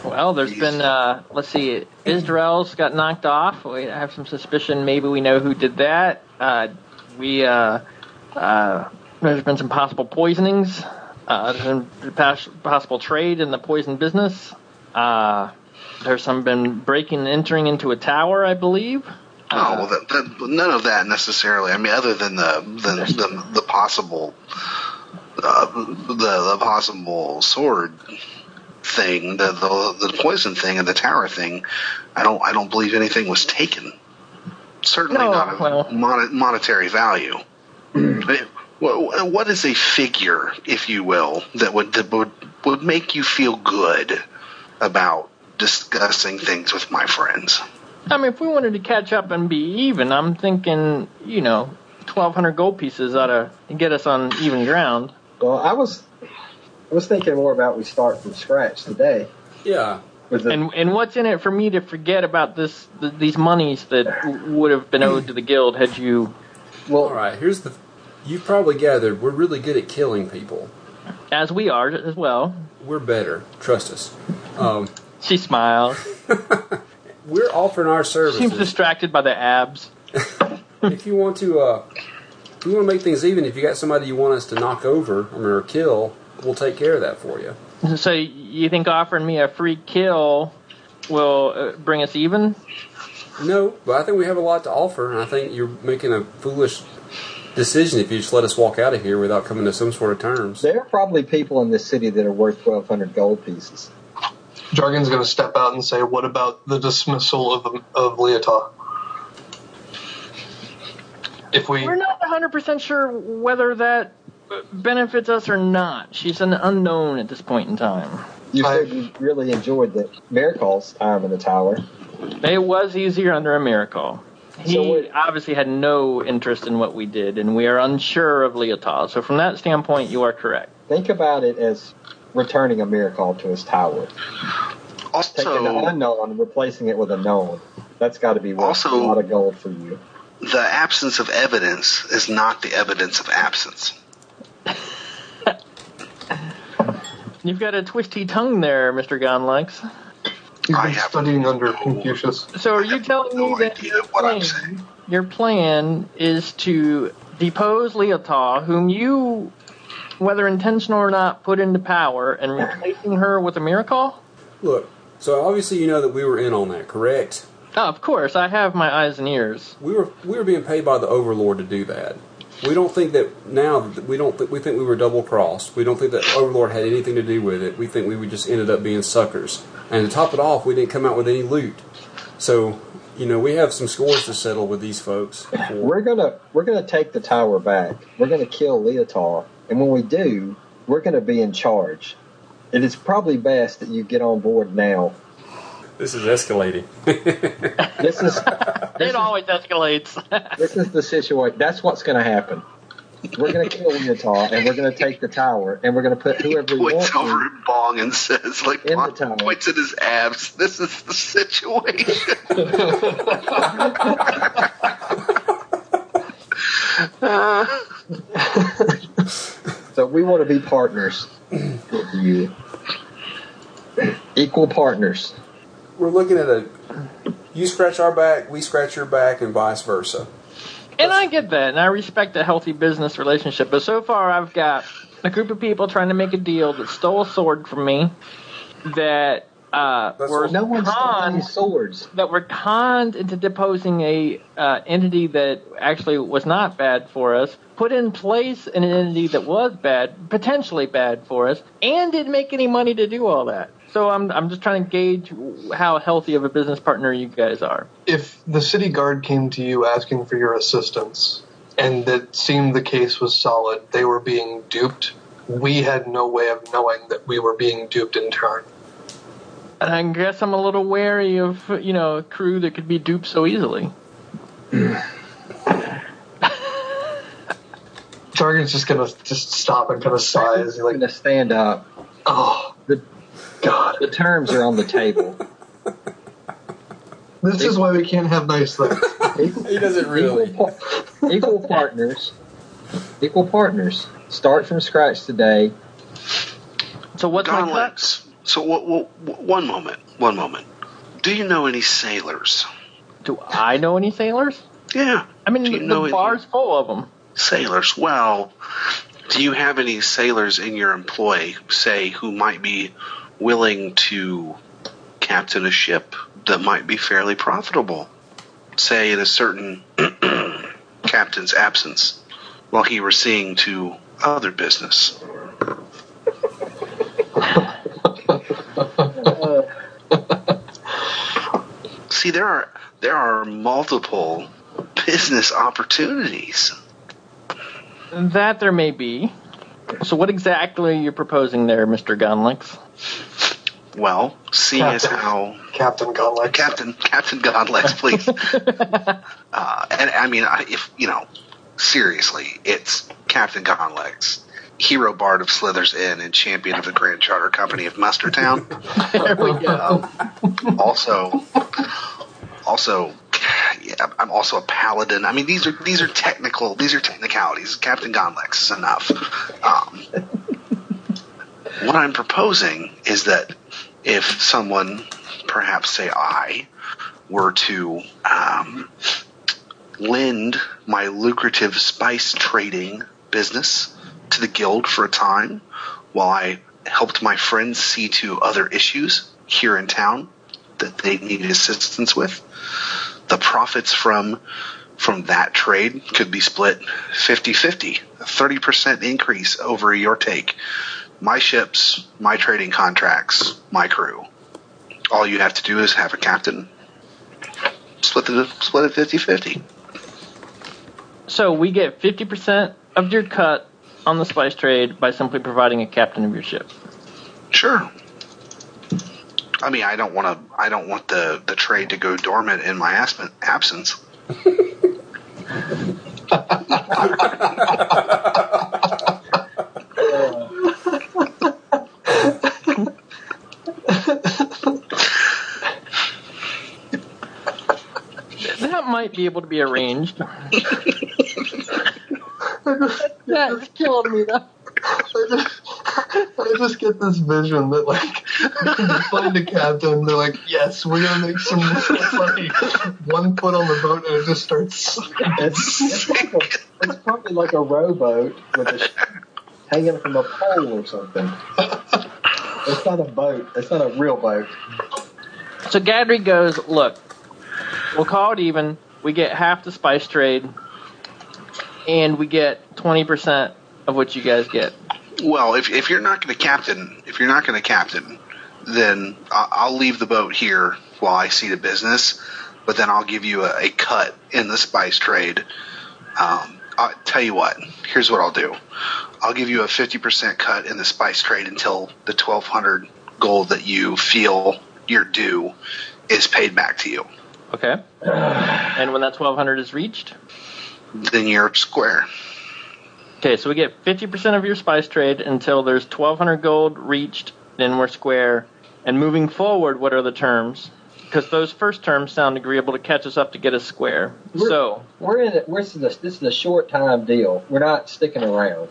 Well, there's been, uh, let's see, Israel's got knocked off. We have some suspicion maybe we know who did that. Uh, we, uh, uh, there's been some possible poisonings, uh, there's been pas- possible trade in the poison business. Uh, there's some been breaking and entering into a tower, I believe. oh well, that, that, none of that necessarily. I mean, other than the the the, the possible uh, the the possible sword thing, the, the the poison thing, and the tower thing. I don't I don't believe anything was taken. Certainly No, not of well- mon- monetary value. But what, what is a figure, if you will, that would that would would make you feel good about discussing things with my friends? I mean, if we wanted to catch up and be even, I'm thinking, you know, 1,200 gold pieces ought to get us on even ground. Well, I was, I was thinking more about we start from scratch today. Yeah. With the, And and what's in it for me to forget about this th- these monies that w- would have been owed to the guild had you? well, All right. Here's the. You've probably gathered we're really good at killing people. As we are as well. We're better. Trust us. Um, She smiles. we're offering our Seems services. distracted by the abs. if you want to, uh, if you want to make things even, if you got somebody you want us to knock over I mean, or kill, we'll take care of that for you. So you think offering me a free kill will uh, bring us even? No, but I think we have a lot to offer, and I think you're making a foolish decision if you just let us walk out of here without coming to some sort of terms. there are probably people in this city that are worth 1,200 gold pieces. Jargon's going to step out and say, "What about the dismissal of um, of Leotah? If we We're not 100% sure whether that uh, benefits us or not. She's an unknown at this point in time. You I- said you really enjoyed the miracles time in the tower. It was easier under a miracle. He So what- obviously had no interest in what we did, and we are unsure of Leotard. So from that standpoint, you are correct. Think about it as returning a miracle to his tower. Also, Taking the unknown, replacing it with a known. That's got to be worth Also- a lot of gold for you. the absence of evidence is not the evidence of absence. You've got a twisty tongue there, Mr. Gonlex. he's I been have studying under no- Confucius, So are I you have telling no me that idea your what I'm plan, saying. your plan is to depose Leotard, whom you, whether intentional or not, put into power, and replacing her with a miracle? Look, so obviously you know that we were in on that, correct? Oh, of course, I have my eyes and ears. We were we were being paid by the overlord to do that. We don't think that now. that We don't. Th- we think we were double crossed. We don't think that overlord had anything to do with it. We think we would just ended up being suckers. And to top it off, we didn't come out with any loot. So, you know, we have some scores to settle with these folks. for- We're gonna we're gonna take the tower back. We're gonna kill Leotar, and when we do, we're gonna be in charge. It is probably best that you get on board now. This is escalating. This is It always escalates. [laughs] this is the situation. That's what's gonna happen. We're gonna kill Leotar, and we're gonna take the tower, and we're gonna put whoever we want. points over to- at Bong and says, like, In the Bong tower. points at his abs. This is the situation. So we want to be partners with you, equal partners. We're looking at a. You scratch our back, we scratch your back, and vice versa. And I get that, and I respect a healthy business relationship. But so far, I've got a group of people trying to make a deal that stole a sword from me, that uh, That's were what- No one's conned- any swords. that were conned into deposing a uh, entity that actually was not bad for us, put in place an entity that was bad, potentially bad for us, and didn't make any money to do all that. So I'm I'm just trying to gauge how healthy of a business partner you guys are. if the city guard came to you asking for your assistance and that seemed the case was solid, they were being duped. We had no way of knowing that we were being duped in turn. And I guess I'm a little wary of you know a crew that could be duped so easily. Jargon's just gonna just stop and kind of sigh as he I'm like, going to stand up. oh The terms are on the table. This is why we can't have nice things. [laughs] Equal, He doesn't really. equal, par- equal partners. Equal partners. Start from scratch today. So what's my cut? Garlex. So, what, what, one moment. One moment. Do you know any sailors? Do I know any sailors? Yeah. I mean, Do you the, know the any- bar's full of them. Sailors. Well, do you have any sailors in your employ, say, who might be willing to captain a ship that might be fairly profitable? Say, in a certain [clears throat] captain's absence, while he were seeing to other business. See, there are there are multiple business opportunities. That there may be. So what exactly are you proposing there, Mr. Gunlix? Well, seeing as Captain. how Captain Godlike. [laughs] Captain Captain Godlex, [laughs] please. uh, and I mean, I- if you know, seriously, it's Captain Godlex, hero bard of Slithers Inn and champion of the Grand Charter Company of Mustertown. [laughs] There we go. also, also. Yeah, I'm also a paladin. I mean, these are these are technical. These are technicalities. Captain Godlex is enough. Um, what I'm proposing is that if someone, perhaps say I, were to um, lend my lucrative spice trading business to the guild for a time while I helped my friends see to other issues here in town that they needed assistance with, the profits from from that trade could be split 50-50, a 30% increase over your take. My ships, my trading contracts, my crew. All you have to do is have a captain. Split it split it 50-50. So we get 50% of your cut on the spice trade by simply providing a captain of your ship. Sure. I mean, I don't want to. I don't want the the trade to go dormant in my aspen, absence. That might be able to be arranged. That's killing me though. I just, I just get this vision that like [laughs] they find a captain, they're like, yes, we're gonna make some [laughs] money. One foot on the boat and it just starts. It's, it's, probably, it's probably like a rowboat with a sh- hanging from a pole or something. It's not a boat. It's not a real boat. So Gadry goes, look, We'll call it even. We get half the spice trade, and we get twenty percent of what you guys get. Well, if, if you're not going to captain, if you're not going to captain, then I- I'll leave the boat here while I see the business. But then I'll give you a, a cut in the spice trade. Um, I'll tell you what. Here's what I'll do. I'll give you a 50% cut in the spice trade until the 1,200 gold that you feel your due is paid back to you. Okay. and when that twelve hundred is reached, Then you're square. okay, so we get fifty percent of your spice trade until there's twelve hundred gold reached. Then we're square. And moving forward, what are the terms? Because those first terms sound agreeable to catch us up to get us square. We're- So We're in. A, we're this, this is a short time deal. We're not sticking around.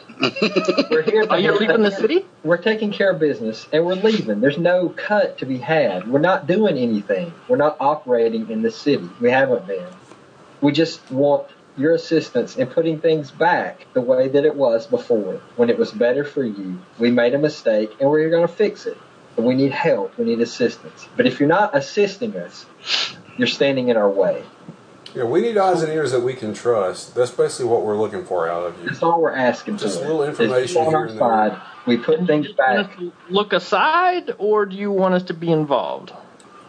we're here. To are you Oh, leaving the city? We're taking care of business, and we're leaving. There's no cut to be had. We're not doing anything. We're not operating in the city. We haven't been. We just want your assistance in putting things back the way that it was before, when it was better for you. We made a mistake, and we're going to fix it. But we need help. We need assistance. But if you're not assisting us, you're standing in our way. Yeah, we need eyes and ears that we can trust. That's basically what we're looking for out of you. That's all we're asking Just for. a little is information on here our and there. side. We put Do you things just want back. us to Look aside, or do you want us to be involved?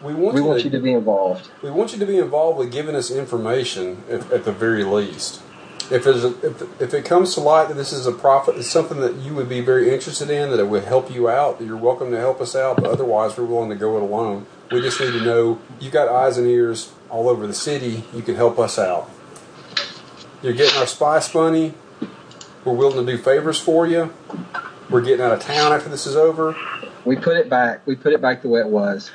We want, We you, want to, you to be involved. we want you to be involved with giving us information, if, at the very least. If, there's a, if if it comes to light that this is a profit, it's something that you would be very interested in, that it would help you out, that you're welcome to help us out. But otherwise, we're willing to go it alone. We just need to know you've got eyes and ears all over the city. You can help us out. You're getting our spice money. We're willing to do favors for you. We're getting out of town after this is over. We put it back. We put it back the way it was.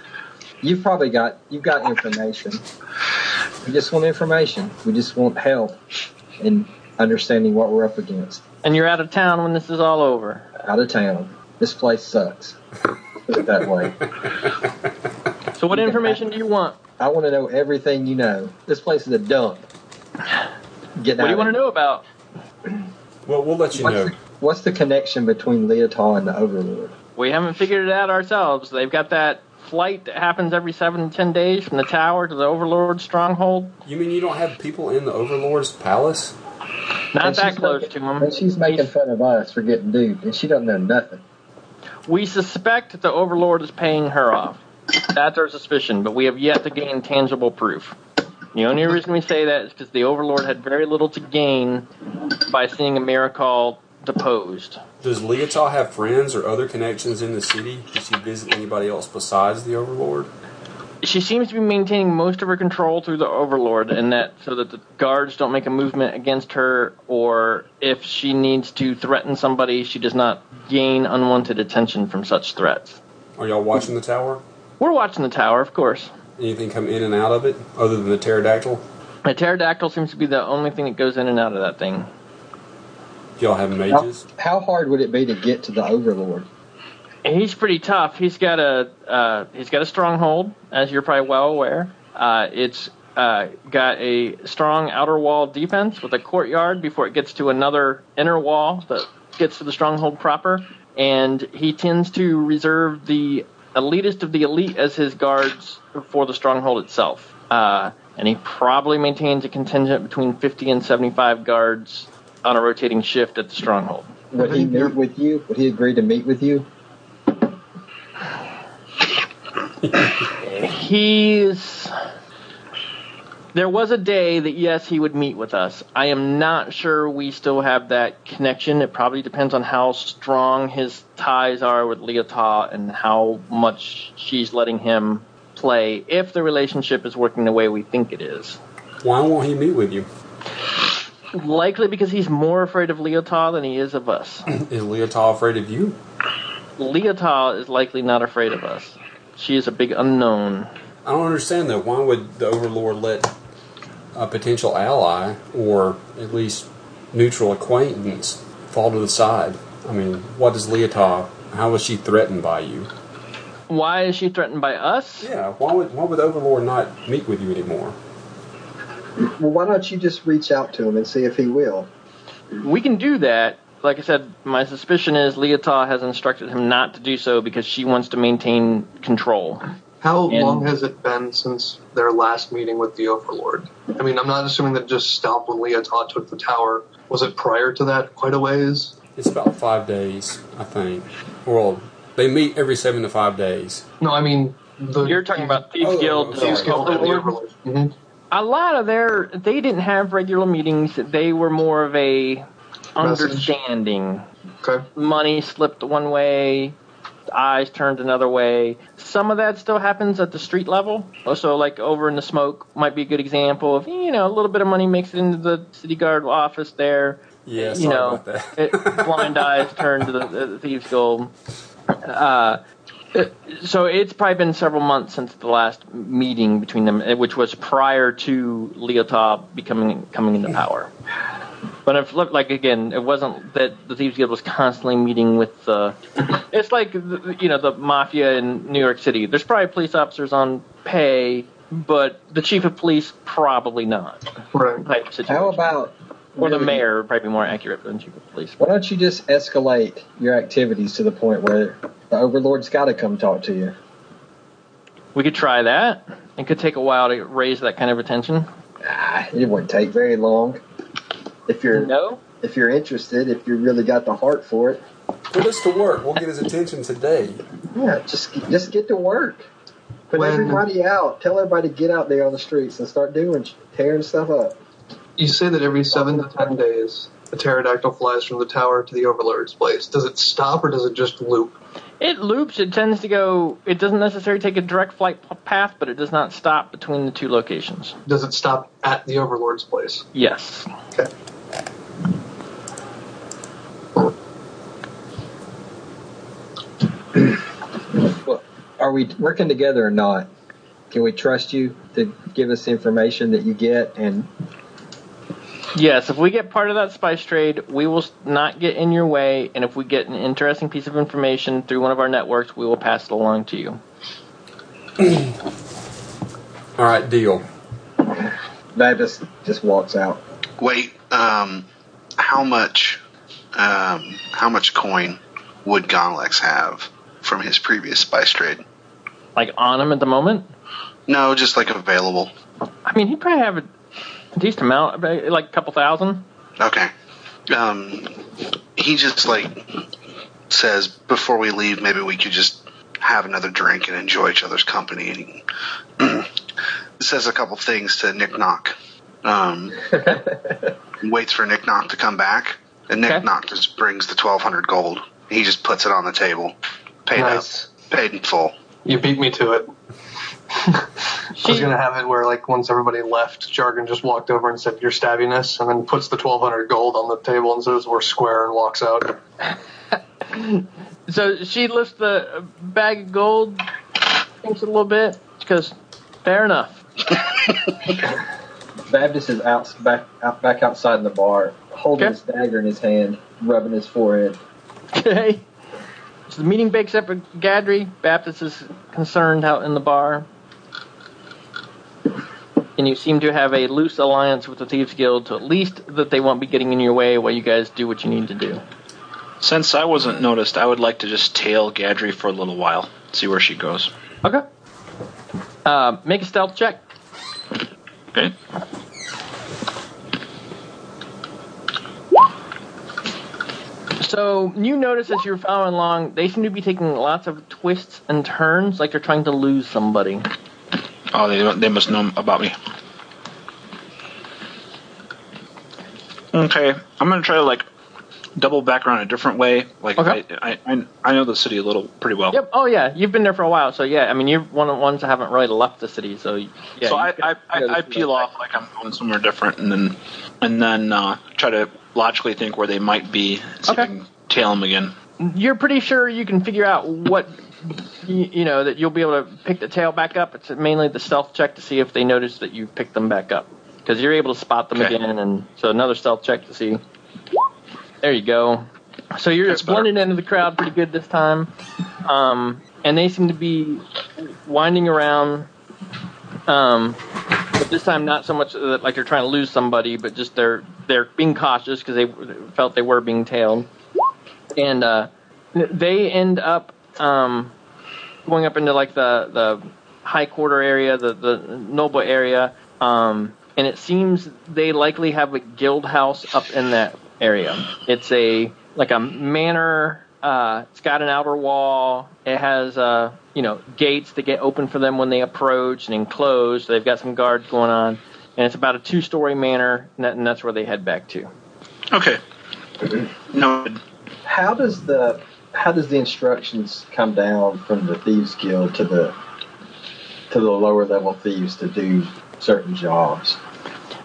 You've probably got you've got information. We just want information. We just want help in understanding what we're up against. And you're out of town when this is all over. Out of town. This place sucks. Put it that way. So, what information do you want? I want to know everything you know. This place is a dump. Get What do you want to to know about? Well, we'll let you What's know. the, what's the connection between Leotard and the Overlord? We haven't figured it out ourselves. They've got that flight that happens every seven to ten days from the tower to the Overlord stronghold. You mean you don't have people in the Overlord's palace? Not And that she's close making- to them. And she's making fun of us for getting duped, and she doesn't know nothing. We suspect that the Overlord is paying her off. That's our suspicion, but we have yet to gain tangible proof. The only reason we say that is because the Overlord had very little to gain by seeing a miracle deposed. Does Leotah have friends or other connections in the city? Does she visit anybody else besides the Overlord? she seems to be maintaining most of her control through the overlord and that so that the guards don't make a movement against her or if she needs to threaten somebody she does not gain unwanted attention from such threats Are y'all watching the tower? we're watching the tower of course Anything come in and out of it other than the pterodactyl? the pterodactyl seems to be the only thing that goes in and out of that thing Y'all have How, mages? how hard would it be to get to the Overlord? And he's pretty tough. He's got a uh, he's got a stronghold, as you're probably well aware. Uh, it's uh, got a strong outer wall defense with a courtyard before it gets to another inner wall that gets to the stronghold proper. And he tends to reserve the elitist of the elite as his guards for the stronghold itself. Uh, and he probably maintains a contingent between 50 and 75 guards on a rotating shift at the stronghold. Would he meet with you? Would he agree to meet with you? He's. There was a day that yes, he would meet with us. I am not sure we still have that connection. It probably depends on how strong his ties are with Leotah and how much she's letting him play. If the relationship is working the way we think it is, Why won't he meet with you? likely because he's more afraid of Leotah than he is of us. Is Leotah afraid of you? Leotah is likely not afraid of us. She is a big unknown. I don't understand though. Why would the Overlord let a potential ally or at least neutral acquaintance fall to the side? I mean, what does Leotah? How was she threatened by you? Why is she threatened by us? Yeah, why would why would Overlord not meet with you anymore? Well, why don't you just reach out to him and see if he will? We can do that. Like I said, my suspicion is Leotah has instructed him not to do so because she wants to maintain control. How And- long has it been since their last meeting with the Overlord? I mean, I'm not assuming that it just stopped when Leotot took the tower. Was it prior to that, quite a ways? It's about five days, I think. Well, they meet every seven to five days. No, I mean, the, You're talking about Thieves Oh, Guild, I'm uh, sorry. Thieves Guild and the Overlord. Overlord. Mhm. a lot of their they didn't have regular meetings they were more of a understanding Okay. money slipped one way eyes turned another way some of that still happens at the street level also like over in the smoke might be a good example of you know a little bit of money makes it into the city guard office there Yeah, sorry you know, about that. it, [laughs] blind eyes turned to the, the thieves' gold. Uh, it- so it's probably been several months since the last meeting between them, eh, which was prior to Leotop becoming coming into power. But if look like again, it wasn't that the thieves guild was constantly meeting with the. It's like the- you know the mafia in New York City. There's probably police officers on pay, but the chief of police probably not. Right. Type situation. How about Or the really- mayor would probably be more accurate than chief of police. Why don't you just escalate your activities to the point where the overlord's got to come talk to you? We could try that. It could take a while to raise that kind of attention. Ah, it wouldn't take very long. If you're No. if you're interested, if you really got the heart for it, Put us to work. We'll get his attention today. yeah, just just get to work. Put When- everybody out. Tell everybody to get out there on the streets and start doing tearing stuff up. You say that every seven to ten days, a pterodactyl flies from the tower to the Overlord's place. Does it stop or does it just loop? It loops. It tends to go. It doesn't necessarily take a direct flight p- path, but it does not stop between the two locations. Does it stop at the Overlord's place? Yes. Well, Are we working together or not? Can we trust you to give us information that you get? And Yes. If we get part of that spice trade, we will s- not get in your way. And if we get an interesting piece of information through one of our networks, we will pass it along to you. All right, deal. Babis just walks out. Wait, um, how much, um, how much coin would Gonlex have from his previous spice trade? Like on him at the moment. No, just like available. I mean, he probably have a decent amount, about- like a couple thousand. Okay. Um, he just like says before we leave, maybe we could just have another drink and enjoy each other's company. And he [clears throat] says a couple things to Nick Knock. Um, waits for Nick Knock to come back, and Nick Okay. Knock just brings the twelve hundred gold. He just puts it on the table, paid Nice. up, paid in full. You beat me to it. I was She- gonna have it where like once everybody left, Jargon just walked over and said, "Your stabbiness," and then puts the twelve hundred gold on the table and says, "We're square," and walks out. So she lifts the bag of gold, thinks a little bit, because fair enough. [laughs] Baptist is out back out, back outside in the bar, holding Okay. his dagger in his hand, rubbing his forehead. Okay. So the meeting breaks up at Gadry. Baptist is concerned out in the bar. And you seem to have a loose alliance with the Thieves Guild, so at least that they won't be getting in your way while you guys do what you need to do. Since I wasn't noticed, I would like to just tail Gadry for a little while, see where she goes. Okay. Uh, make a stealth check. Okay. So you notice as you're following along, they seem to be taking lots of twists and turns, like they're trying to lose somebody. Oh, they don't- they must know about me. Okay, I'm gonna try to like double back around a different way. Like Okay. I, I I- I know the city a little pretty well. Yep. Oh yeah, you've been there for a while, so yeah. I mean, you're one of the ones that haven't really left the city, so yeah. so I, you- I, I, yeah, I peel off like I'm going somewhere different, and then and then uh, try to logically think where they might be. Okay. See if I can tail them again. You're pretty sure you can figure out what you, you know that you'll be able to pick the tail back up. It's mainly the stealth check to see if they notice that you picked them back up, because you're able to spot them Okay. again, and so another stealth check to see. There you go. So you're That's just one end of the crowd pretty good this time, um, and they seem to be winding around. Um, but this time, not so much that like they're trying to lose somebody, but just they're they're being cautious because they felt they were being tailed, and uh, they end up um, going up into like the the high quarter area, the the noble area, um, and it seems they likely have a guild house up in that area. It's a like a manor. Uh, it's got an outer wall. It has uh, you know gates that get open for them when they approach and enclosed. They've got some guards going on, and it's about a two-story manor, and, that, and that's where they head back to. Okay. No. How does the how does the instructions come down from the thieves guild to the to the lower level thieves to do certain jobs?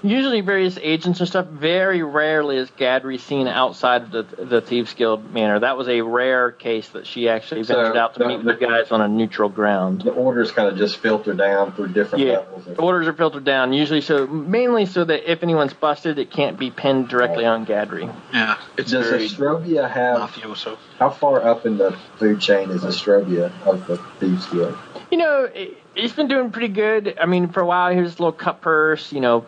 usually various agents and stuff. Very rarely is Gadry seen outside of the the Thieves Guild manor. That was a rare case that she actually So, ventured out to the- meet with the guys on a neutral ground. The orders kind of just filter down through different Yeah, levels. the Of, orders are filtered down usually, so mainly so that if anyone's busted, it can't be pinned directly on Gadry. Yeah. It's does very Estrovia have mafioso. how far up in the food chain is Estrovia of the thieves guild? You know, it- he's been doing pretty good. I mean, for a while he was a little cut purse, you know,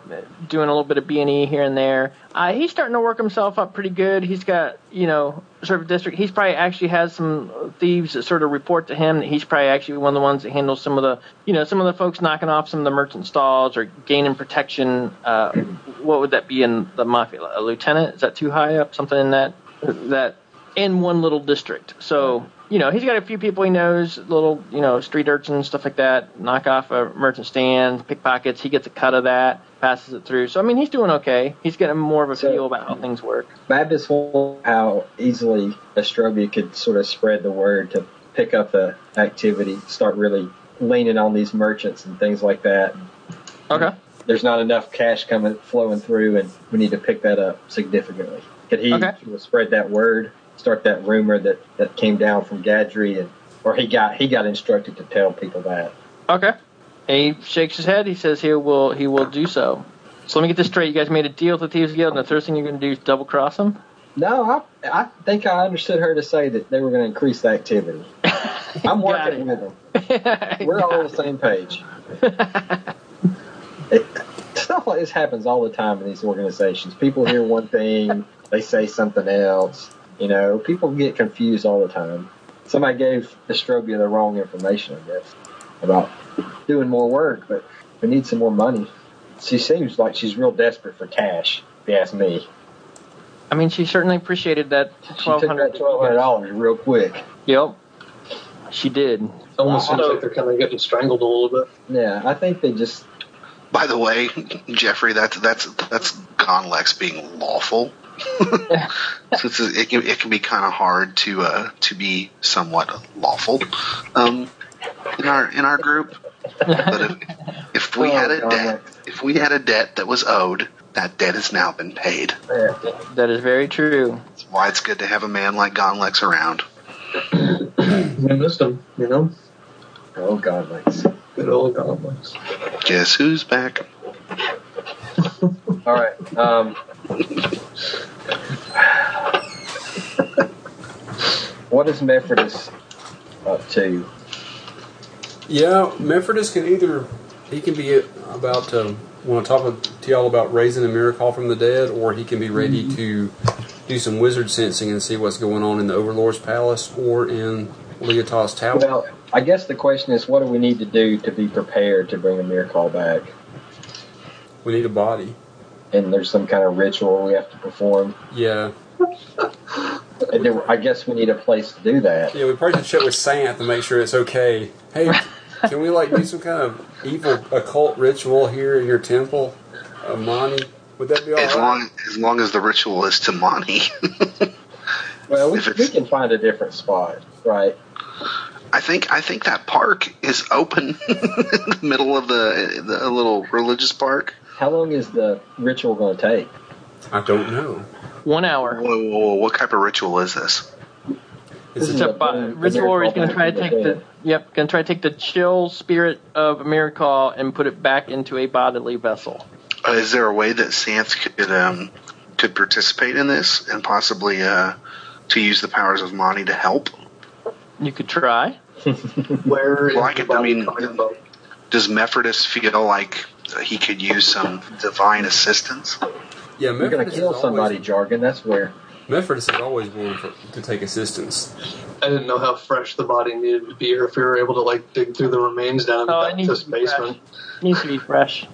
doing a little bit of B and E here and there. Uh, he's starting to work himself up pretty good. He's got, you know, sort of district. He's probably actually has some thieves that sort of report to him that he's probably actually one of the ones that handles some of the, you know, some of the folks knocking off some of the merchant stalls or gaining protection. Uh, what would that be in the mafia? A lieutenant? Is that too high up? Something in that that in one little district. So, you know, he's got a few people he knows, little, you know, street urchins, stuff like that, knock off a merchant stand, pickpockets. He gets a cut of that, passes it through. So, I mean, he's doing okay. He's getting more of a So- feel about how things work. Baptist wondered how easily Estrovia could sort of spread the word to pick up the activity, start really leaning on these merchants and things like that. Okay. There's not enough cash coming flowing through, and we need to pick that up significantly. Could he Okay. sort of spread that word, start that rumor that, that came down from Gadri, and or he got he got instructed to tell people that. Okay. And he shakes his head. He says he will he will do so. So let me get this straight. You guys made a deal with the Thieves Guild, and the first thing you're going to do is double cross [laughs] them? No, I I think I understood her to say that they were going to increase [laughs] the activity. I'm working it. with them. We're all on the same page. it, stuff like this happens all the time in these organizations. People hear one thing, they say something else. You know, people get confused all the time. Somebody gave Estrobia the wrong information, I guess, about doing more work, but we need some more money. She seems like she's real desperate for cash, if you ask me. I mean, she certainly appreciated that She took that $1,200. $1,200 real quick. Yep. She did. It almost seems Wow. like they're kind of getting strangled a little bit. Yeah, I think they just By the way, Jeffrey, that's that's that's Gonlex being lawful. so it's, it, can, it can be kind of hard to uh, to be somewhat lawful um, in our in our group. But if, if we Oh, had a Gonlex. debt, if we had a debt that was owed, that debt has now been paid. yeah. That is very true. That's why it's good to have a man like Gonlex around. We missed them, you know? Oh God, Lex. Good old goblins. Guess who's back? All right. Um, what is Mephrodis up to? Yeah, Memphis can either he can be about to want to talk to y'all about raising a miracle from the dead, or he can be ready Mm-hmm. to do some wizard sensing and see what's going on in the Overlord's palace or in Leotard's tower. Well, I guess the question is, what do we need to do to be prepared to bring a miracle back? we need a body. And there's some kind of ritual we have to perform. Yeah, And there, I guess we need a place to do that. yeah. We probably should check with Santh to make sure it's okay. Hey, can we like do some kind of evil occult ritual here in your temple, Amani? Would that be all As right? long as long as the ritual is to Monty. [laughs] Well, we, If it's- we can find a different spot, right? I think I think that park is open [laughs] in the middle of the, the a little religious park. How long is the ritual going to take? I don't know. One hour. Whoa, whoa, whow, what type of ritual is this? Is This it is Except by Yeah, Ritual Warrior is going to Miracle try to back take in the the dead. yep, going to try to take the chill spirit of a miracle and put it back into a bodily vessel. Uh, is there a way that Santh could um, could participate in this and possibly uh, to use the powers of Monty to help? You could try. Where is Well, I the could- I body mean- coming from? Does Mephrodis feel like he could use some divine assistance? Yeah, We're going to Memphis kill is always- somebody, jargon. That's where. Memphis has always wanted for, to take assistance. I didn't know how fresh the body needed to be, or if we were able to like dig through the remains down in Oh, it the needs Baptist to be fresh. basement. Needs to be fresh.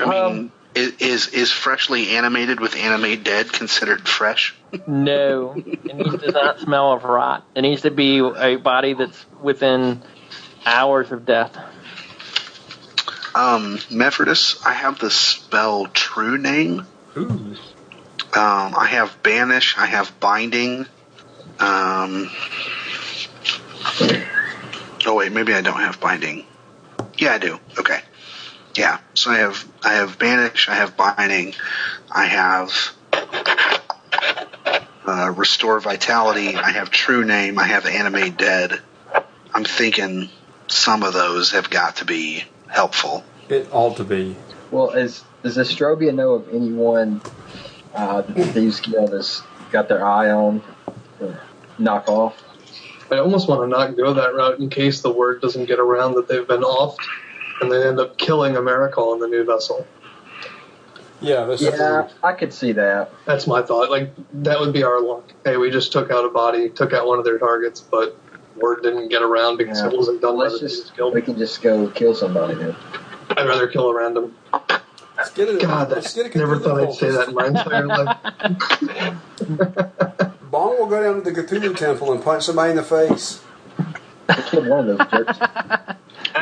I mean, i is is freshly animated with anime dead considered fresh? No, it needs to not smell of rot. It needs to be a body that's within hours of death. Um, Mephrodis, I have the spell True Name. Ooh. Um, I have Banish. I have Binding. Um, oh wait, maybe I don't have Binding. Yeah, I do. Okay. Yeah. So I have I have Banish. I have Binding. I have uh, Restore Vitality. I have True Name. I have Animate Dead. I'm thinking some of those have got to be helpful. It ought to be. Well, is, does Astrobia know of anyone uh, that the Thieves Guild has got their eye on? Or knock off? I almost want to not go that route in case the word doesn't get around that they've been offed, and they end up killing Americal on the new vessel. Yeah, that's Yeah, I could see that. That's my thought. Like that would be our luck. Hey, we just took out a body, took out one of their targets, but word didn't get around because Yeah. it wasn't done by Let's the just just killed. we can just go kill somebody then. I'd rather kill a random. Let's get it. God, let's get that, it never Cthulhu thought I'd temple. say that in my entire life. Bong will go down to the Cthulhu temple and punch somebody in the face. We killed one of those [laughs] jerks.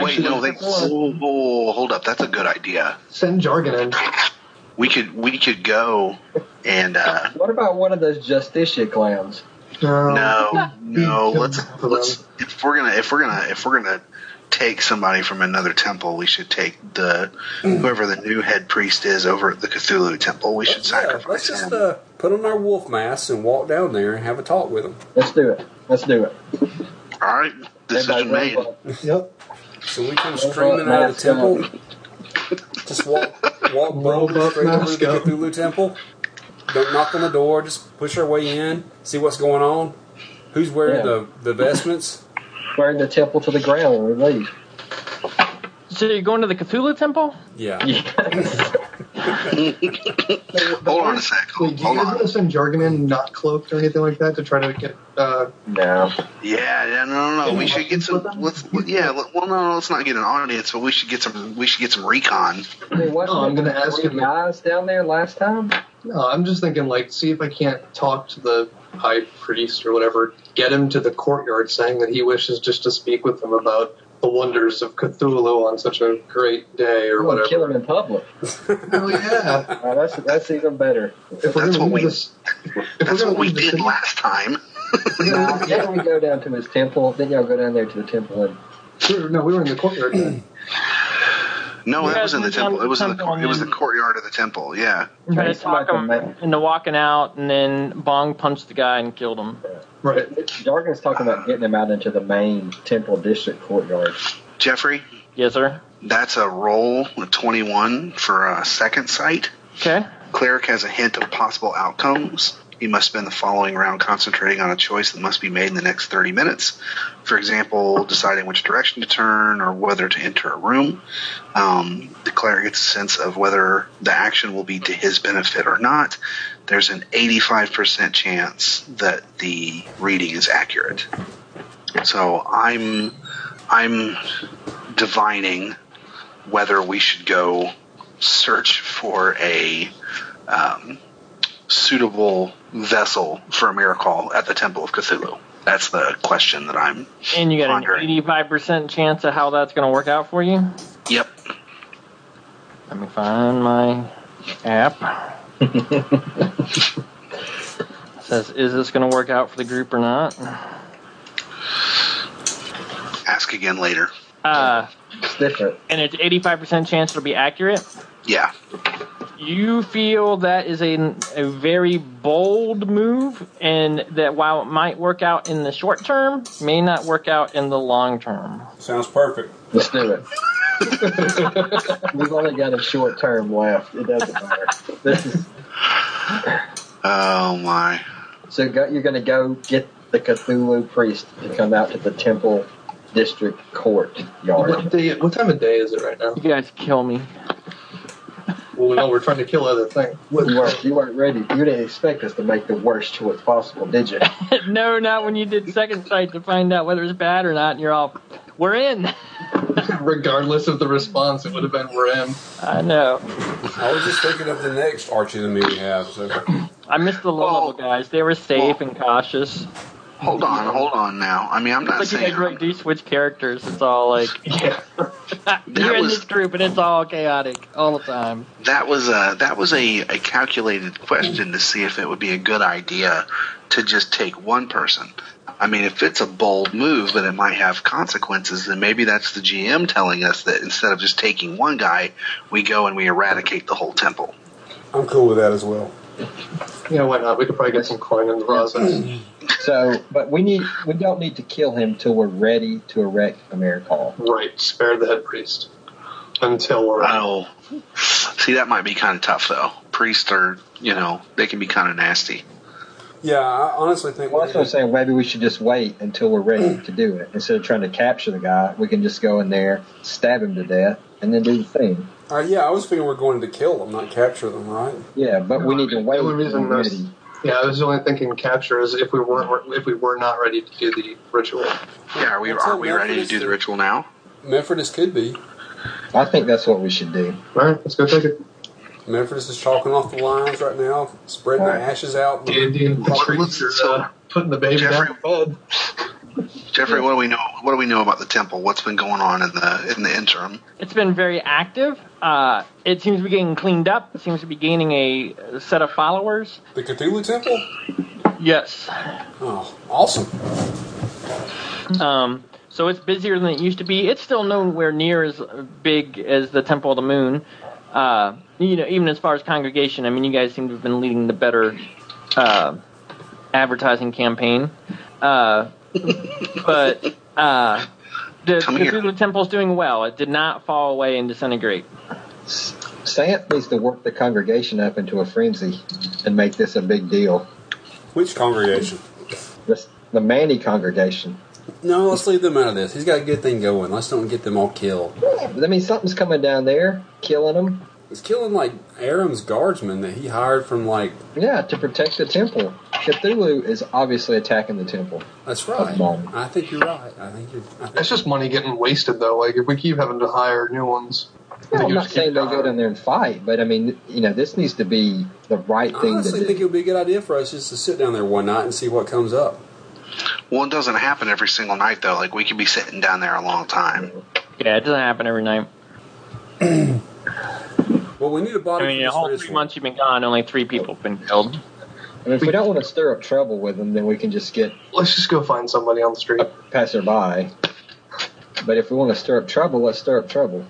Wait, no, they. Actually, Oh, oh, hold up, that's a good idea. send jargon in. We could we could go and uh, What about one of those Justicia clowns? No, Um, no no Kill let's both of let's them. if we're gonna if we're gonna if we're gonna take somebody from another temple we should take the Mm. whoever the new head priest is over at the Cthulhu temple we should Yeah, let's sacrifice just him. uh, put on our wolf masks and walk down there and have a talk with them. Let's do it. Let's do it. All right, decision Everybody made. roll up. Yep. So we come streaming out of the temple. Just walk, walk boldly Robot straight over to the mascot. Cthulhu temple. Don't knock on the door. Just push our way in. See what's going on. Who's wearing Yeah. the, the vestments? Burn the temple to the ground when we leave. [laughs] So you're going to the Cthulhu temple? Yeah. Hold on a sec. Wait, Hold, hold do you guys want to on. send jargon in not cloaked or anything like that to try to get? Uh, No. Yeah, yeah, no, no, no. We should get some. Let's, yeah, let- well, no, no, let's not get an audience, but we should get some. We should get some recon. I mean, wasn't No, I'm it gonna ask three him- guys down there last time? no, Uh, I'm just thinking like, see if I can't talk to the high priest or whatever, get him to the courtyard, saying that he wishes just to speak with them about the wonders of Cthulhu on such a great day or I'm gonna kill whatever. him in public. Oh yeah, Uh, that's that's even better. [laughs] if we're That's gonna what leave we- this, if That's we're what gonna we leave the did city- last time. Nah, then we go down to his temple. Then y'all go down there to the temple and we were- no, we were in the courtyard. [laughs] then. No, that Yeah, was in the it was on the temple. It was in the temple cour- and it was the then- courtyard of the temple. Yeah. Try to Right. talk him into walking out, and then Bong punched the guy and killed him. right. Jargon's talking about getting him out into the main temple district courtyard. Jeffrey, Yes, sir. that's a roll a 21 for a second sight. Okay. Cleric has a hint of possible outcomes. He must spend the following round concentrating on a choice that must be made in the next 30 minutes. For example, deciding which direction to turn or whether to enter a room. Um, the cleric gets a sense of whether the action will be to his benefit or not. There's an 85% chance that the reading is accurate. So I'm I'm divining whether we should go search for a um, suitable vessel for a miracle at the Temple of Cthulhu. That's the question that I'm. And you got an Andre. 85% chance of how that's going to work out for you. Yep. Let me find my app. It Says, is this going to work out for the group or not? Ask again later. Uh, It's different. and it's 85% chance it'll be accurate. Yeah. You feel that is a, a very bold move, and that while it might work out in the short term, may not work out in the long term. Sounds perfect. Let's do it. We've only got a short term left. It doesn't matter. This is Oh my. so. Go, you're gonna go get the Cthulhu priest to come out to the temple district courtyard. What day? What time of day is it right now? You guys kill me. Well, no, we're trying to kill other things. Wouldn't work. You weren't ready. You didn't expect us to make the worst choice possible, did you? [laughs] no, not when you did second sight to find out whether it's bad or not, and you're all, we're in. [laughs] Regardless of the response, it would have been we're in. I know. I was just thinking of the next Archie the movie we have. So I missed the low Oh. guys. They were safe and cautious. Hold on, hold on now. I mean, I'm not It's like you saying guys really do switch characters. It's all like, [laughs] Yeah. you're in was- this group, and it's all chaotic all the time. that was a that was a, a calculated question to see if it would be a good idea to just take one person. I mean, if it's a bold move, but it might have consequences, then maybe that's the GM telling us that instead of just taking one guy, we go and we eradicate the whole temple. I'm cool with that as well. Yeah, why not? We could probably get some coin in the process. Mm-hmm. So, but we need we don't need to kill him till we're ready to erect a miracle. right. Spare the head priest. Until we're out. Oh, see, that might be kind of tough though. Priests are, you know, they can be kind of nasty. Yeah, I honestly think. Well, that's what I'm saying. Maybe we should just wait until we're ready to do it. Instead of trying to capture the guy, we can just go in there, stab him to death, and then do the thing. Uh, yeah, I was thinking we're going to kill them, not capture them, right? Yeah, but we need to wait. The only until reason we're this, ready. yeah, I was only thinking capture is if we weren't if we were not ready to do the ritual. Yeah, are we That's are we what ready to Methodist do the do. ritual now? Memphis could be. I think that's what we should do. All right, let's go take it. Memphis is chalking off the lines right now, spreading the ashes out. The Indian Well, priests let's- are uh, putting the baby Jeffrey- down in bed. Jeffrey, what do we know? What do we know about the temple? What's been going on in the in the interim? It's been very active. Uh, it seems to be getting cleaned up. It seems to be gaining a set of followers. The Cthulhu Temple? Yes. Oh, awesome. Um, so it's busier than it used to be. It's still nowhere near as big as the Temple of the Moon. Uh, you know, even as far as congregation, I mean, you guys seem to have been leading the better uh, advertising campaign. [laughs] Uh, but uh, the Come here. Cthulhu Temple's doing well. It did not fall away and disintegrate. Sant needs to work the congregation up into a frenzy and make this a big deal. Which congregation? This, the Manny congregation. No, let's leave them out of this. He's got a good thing going. Let's don't get them all killed. I mean, something's coming down there, killing them. He's killing like Aram's guardsman that he hired from like. Yeah, to protect the temple. Cthulhu is obviously attacking the temple. That's right. Mom. I think you're right. I think you're. I think That's just money getting wasted though. Like if we keep having to hire new ones. No, I'm you not just saying keep- they go down there and fight, but I mean, you know, this needs to be the right I thing to honestly think it do. would be a good idea for us just to sit down there one night and see what comes up. Well, it doesn't happen every single night though. Like we could be sitting down there a long time. Yeah, it doesn't happen every night. Well, we need a body I mean, for the this whole first uh, three one. months you've been gone, only three people have been killed. I mean, if we don't want to stir up trouble with them, then we can just get Let's just go find somebody on the street. a passerby. But if we want to stir up trouble, let's stir up trouble.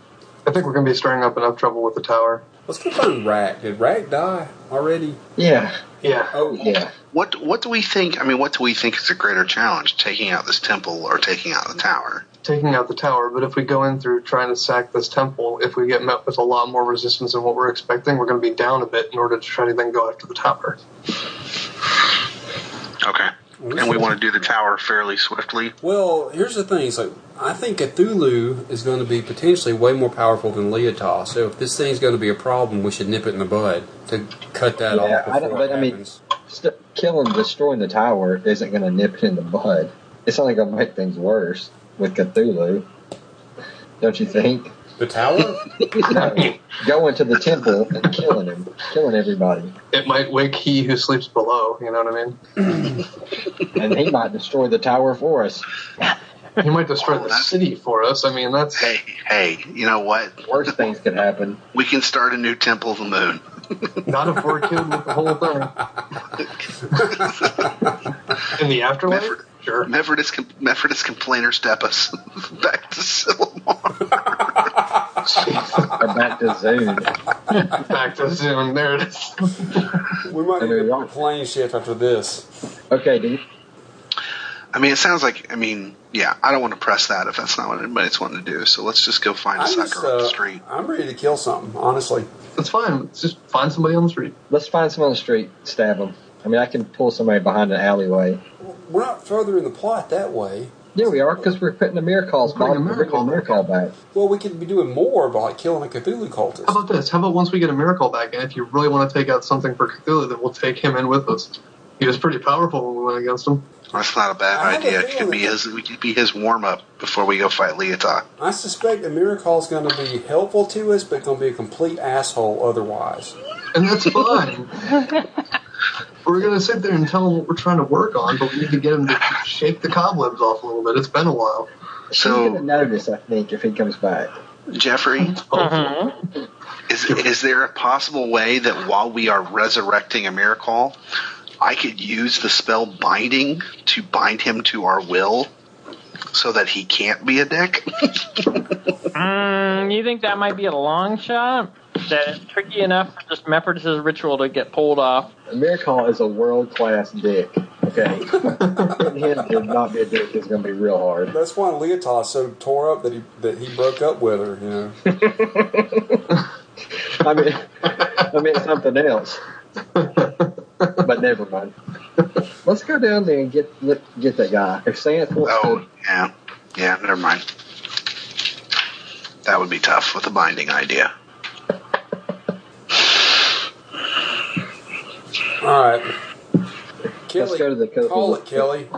I think we're going to be stirring up enough trouble with the tower. Let's go find Rack. Did Rack die already? Yeah, Yeah. Oh, yeah. What what do we think? I mean, what do we think is a greater challenge, taking out this temple or taking out the tower? Taking out the tower, but if we go in through trying to sack this temple, if we get met with a lot more resistance than what we're expecting, we're going to be down a bit in order to try to then go after the tower. Okay, and we want to do the tower fairly swiftly. Well, here's the thing. It's like, I think Cthulhu is going to be potentially way more powerful than Leotah. So if this thing's going to be a problem, we should nip it in the bud to cut that Yeah, off before I don't- it but I mean- happens. St- killing, destroying the tower isn't going to nip it in the bud. It's only going to make things worse with Cthulhu, don't you think? the [laughs] tower? No, [laughs] going to the temple and killing him, killing everybody, It might wake he who sleeps below, you know what I mean? and he might destroy the tower for us. He might destroy the city for us. I mean, that's. Hey, hey, you know what? Worse things could happen. We can start a new temple of the moon. Not if we're killed with the whole thing. In the afterlife? Mefford- Sure. Mephrodis, com- Mephrodis complainer step us [laughs] back to Silamar. Or back to Zoom. Back to Zoom. There it is. we might I need to mean, put a plane shift after this. Okay, do you, I mean, it sounds like, I mean, yeah, I don't want to press that if that's not what anybody's wanting to do. So let's just go find a I'm, sucker just, on the uh, street. I'm ready to kill something, honestly. That's fine. Let's just find somebody on the street. let's find someone on the street, stab them. I mean, I can pull somebody behind an alleyway. We're not further in the plot that way. Yeah, we are because we're putting the Miracle's We're putting body, a we're miracle putting the miracle back. Well, we could be doing more by like killing a Cthulhu cultist. How about this? How about once we get a miracle back, and if you really want to take out something for Cthulhu, then we'll take him in with us. He was pretty powerful when we went against him. That's not a bad I have a idea. It could be feeling- his. We could be his warm up before we go fight Leotok. I suspect the miracle is going to be helpful to us, but going to be a complete asshole otherwise. And that's fine. we're going to sit there and tell him what we're trying to work on, but we need to get him to shake the cobwebs off a little bit. It's been a while. [laughs] He's gonna So, notice, I think, if he comes back. Jeffrey, Mm-hmm. Hopefully. is is there a possible way that while we are resurrecting a miracle, I could use the spell binding to bind him to our will, so that he can't be a dick? Mm, you think that might be a long shot? That it's tricky enough for just Mephrodis' ritual to get pulled off. Miracle is a world class dick. [laughs] Okay. Getting him to not be a dick is going to be real hard. That's why Leotard's so tore up that he that he broke up with her. You know, I mean, I mean something else. But never mind. Let's go down there and get let, get that guy. If Santh wants Oh, to, yeah, yeah. Never mind. That would be tough with the binding idea. all right. Kelly, go to the Cthulhu. call it Kelly.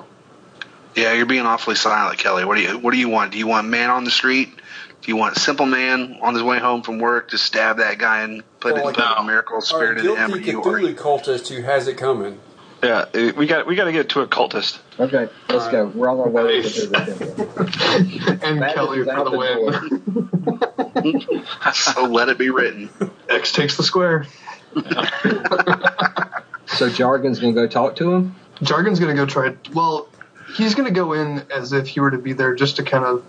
Yeah, you're being awfully silent, Kelly. What do you What do you want? Do you want man on the street? Do you want simple man on his way home from work to stab that guy and put Well, it put no. a miracle Our spirit in him? Or guilty you, Cthulhu cultist who has it coming. Yeah, it- we got we got to get to a cultist. okay, let's go. We're on our way to Nice. the temple. and That Kelly is for out the the win. door. so let it be written. X takes the square. [laughs] So Jargon's going to go talk to him. Jargon's going to go try. Well, he's going to go in as if he were to be there just to kind of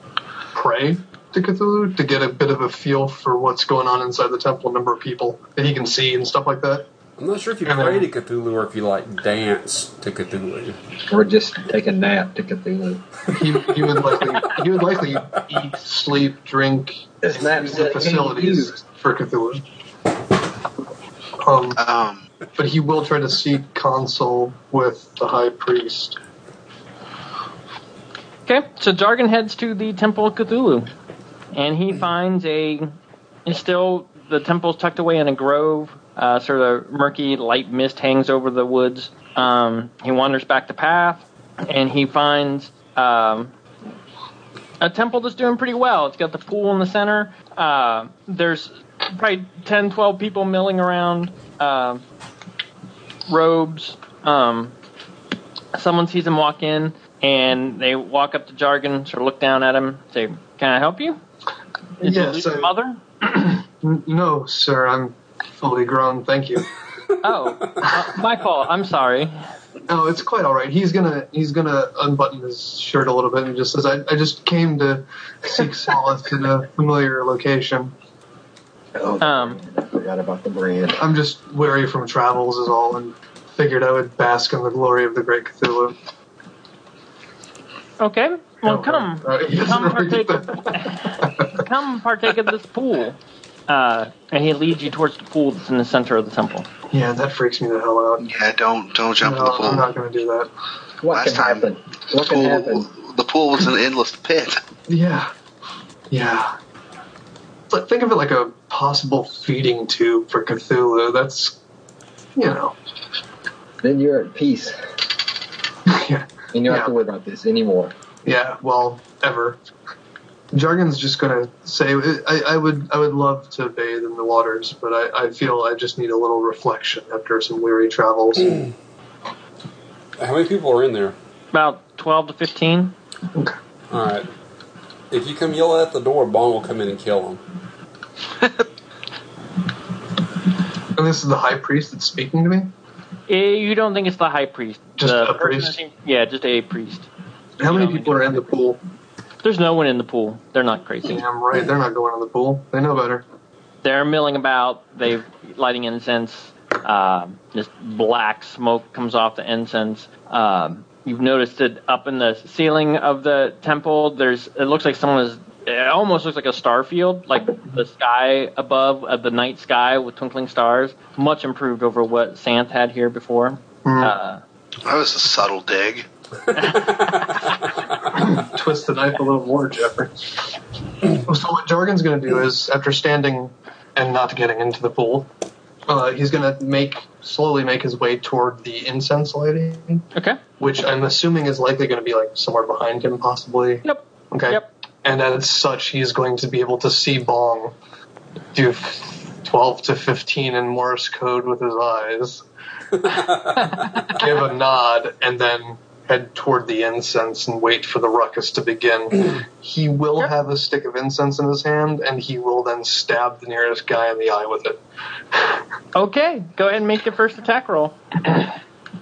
pray to Cthulhu to get a bit of a feel for what's going on inside the temple, number of people that he can see and stuff like that. I'm not sure if you And pray to then- Cthulhu or if you like dance to Cthulhu. Or just take a nap to Cthulhu. He, he would likely he would likely eat, sleep, drink His nap's the facilities for Cthulhu. Um, Um, but he will try to seek counsel with the high priest. Okay, so Jargon heads to the Temple of Cthulhu, and he finds a. It's still the temple's tucked away in a grove. Uh, sort of murky light mist hangs over the woods. Um, he wanders back the path, and he finds um, a temple that's doing pretty well. It's got the pool in the center. Uh, there's probably 10, 12 people milling around, uh, robes. Um, someone sees him walk in and they walk up to Jargon, sort of look down at him, say, Can I help you? Did you Yes, lose I- your mother? N- No, sir, I'm fully grown. Thank you. [laughs] Oh, uh, my fault. I'm sorry. No, Oh, it's quite all right. He's gonna he's gonna unbutton his shirt a little bit and just says, "I, I just came to seek solace in a familiar location. Oh, Um, I forgot about the brand. I'm just weary from travels, is all, and figured I would bask in the glory of the great Cthulhu." Okay, well, come. Uh, he doesn't Come really get partake, that. come partake of this pool. Uh, and he leads you towards the pool that's in the center of the temple. [laughs] Yeah, that freaks me the hell out. yeah, don't don't jump No, I'm in the not gonna do that. What can Last time- happen? What can pool. happen? pool the pool was an endless pit. Yeah, yeah. But think of it like a possible feeding tube for Cthulhu. That's, you know, [laughs] Then you're at peace. yeah. And you don't have to Yeah. worry about this anymore. Yeah, well, ever. Jargon's just gonna say, I, I would, I would love to bathe in the waters, but I, I feel I just need a little reflection after some weary travels. okay. How many people are in there? About 12 to 15. All right. If you come yell at the door, Bong will come in and kill him. [laughs] And this is the high priest that's speaking to me. Eh, You don't think it's the high priest? Just the a person priest? that- Yeah, just a priest. How Yeah, many I people are in the pool? There's no one in the pool. They're not crazy. Damn right, they're not going in the pool. They know better. they're milling about. They've lighting incense. Um, this black smoke comes off the incense. Um, you've noticed that up in the ceiling of the temple, there's it looks like someone is. It almost looks like a star field, like the sky above uh, the night sky with twinkling stars. Much improved over what Santh had here Hmm. before. Uh, That was a subtle dig. [laughs] twist the knife a little more, Jeffrey. so what Jorgen's going to do is, after standing and not getting into the pool, uh, he's going to make slowly make his way toward the incense lady, Okay. which I'm assuming is likely going to be like somewhere behind him, possibly. Yep. Okay. Yep. And as such, he's going to be able to see Bong do f- 12 to 15 in Morse code with his eyes, give a nod, and then head toward the incense and wait for the ruckus to [clears throat] begin. he will have a stick of incense in his hand, and he will then stab the nearest guy in the eye with it. Okay. Go ahead and make your first attack roll.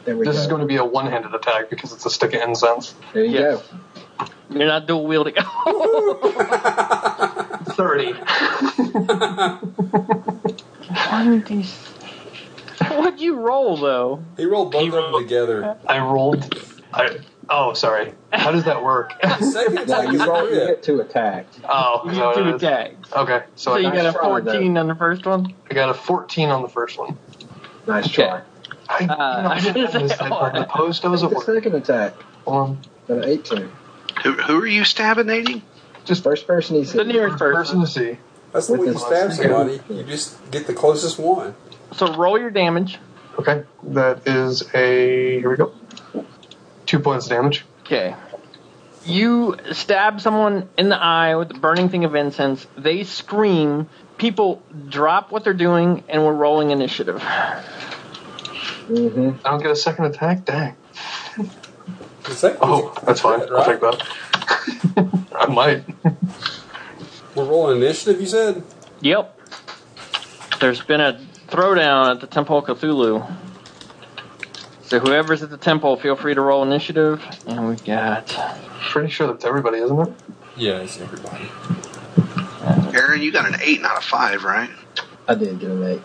There we This go. is going to be a one handed attack because it's a stick of incense. there you Yes. You're not dual wielding. [laughs] [laughs] 30. What'd you roll though? He rolled both of them rolled- together. I rolled. I, oh, sorry. How does that [laughs] work? The second go. attack No, you is a roll, you crit. get two attacks. Oh, You is that what get two it is? attacks. Okay, so, So I, you got a nice try, though. 14 on the first one. I got a 14 on the first one. Nice try. I, you know, I [laughs] I didn't was gonna miss say, that oh, part of the post. I was at The work. second attack, Um, an 18. Who, who are you stabbing, Nadine? First person he The sees. nearest person. person to see. That's the way With you his stab second- somebody. You just get the closest one. So roll your damage. Okay, that is a. Here we go. Two points of damage. Okay. You stab someone in the eye with the burning thing of incense. They scream. People drop what they're doing, and we're rolling initiative. [laughs] Mm-hmm. I don't get a second attack? Dang. The second Oh, one's a that's fine. crit, I'll right? take that. [laughs] I might. We're rolling initiative, you said? Yep. There's been a throwdown at the Temple of Cthulhu. So whoever's at the temple, feel free to roll initiative. And we got Pretty sure that's everybody, isn't it? Yeah, it's everybody. Aaron, you got an eight, not a five, right? I did get an 8.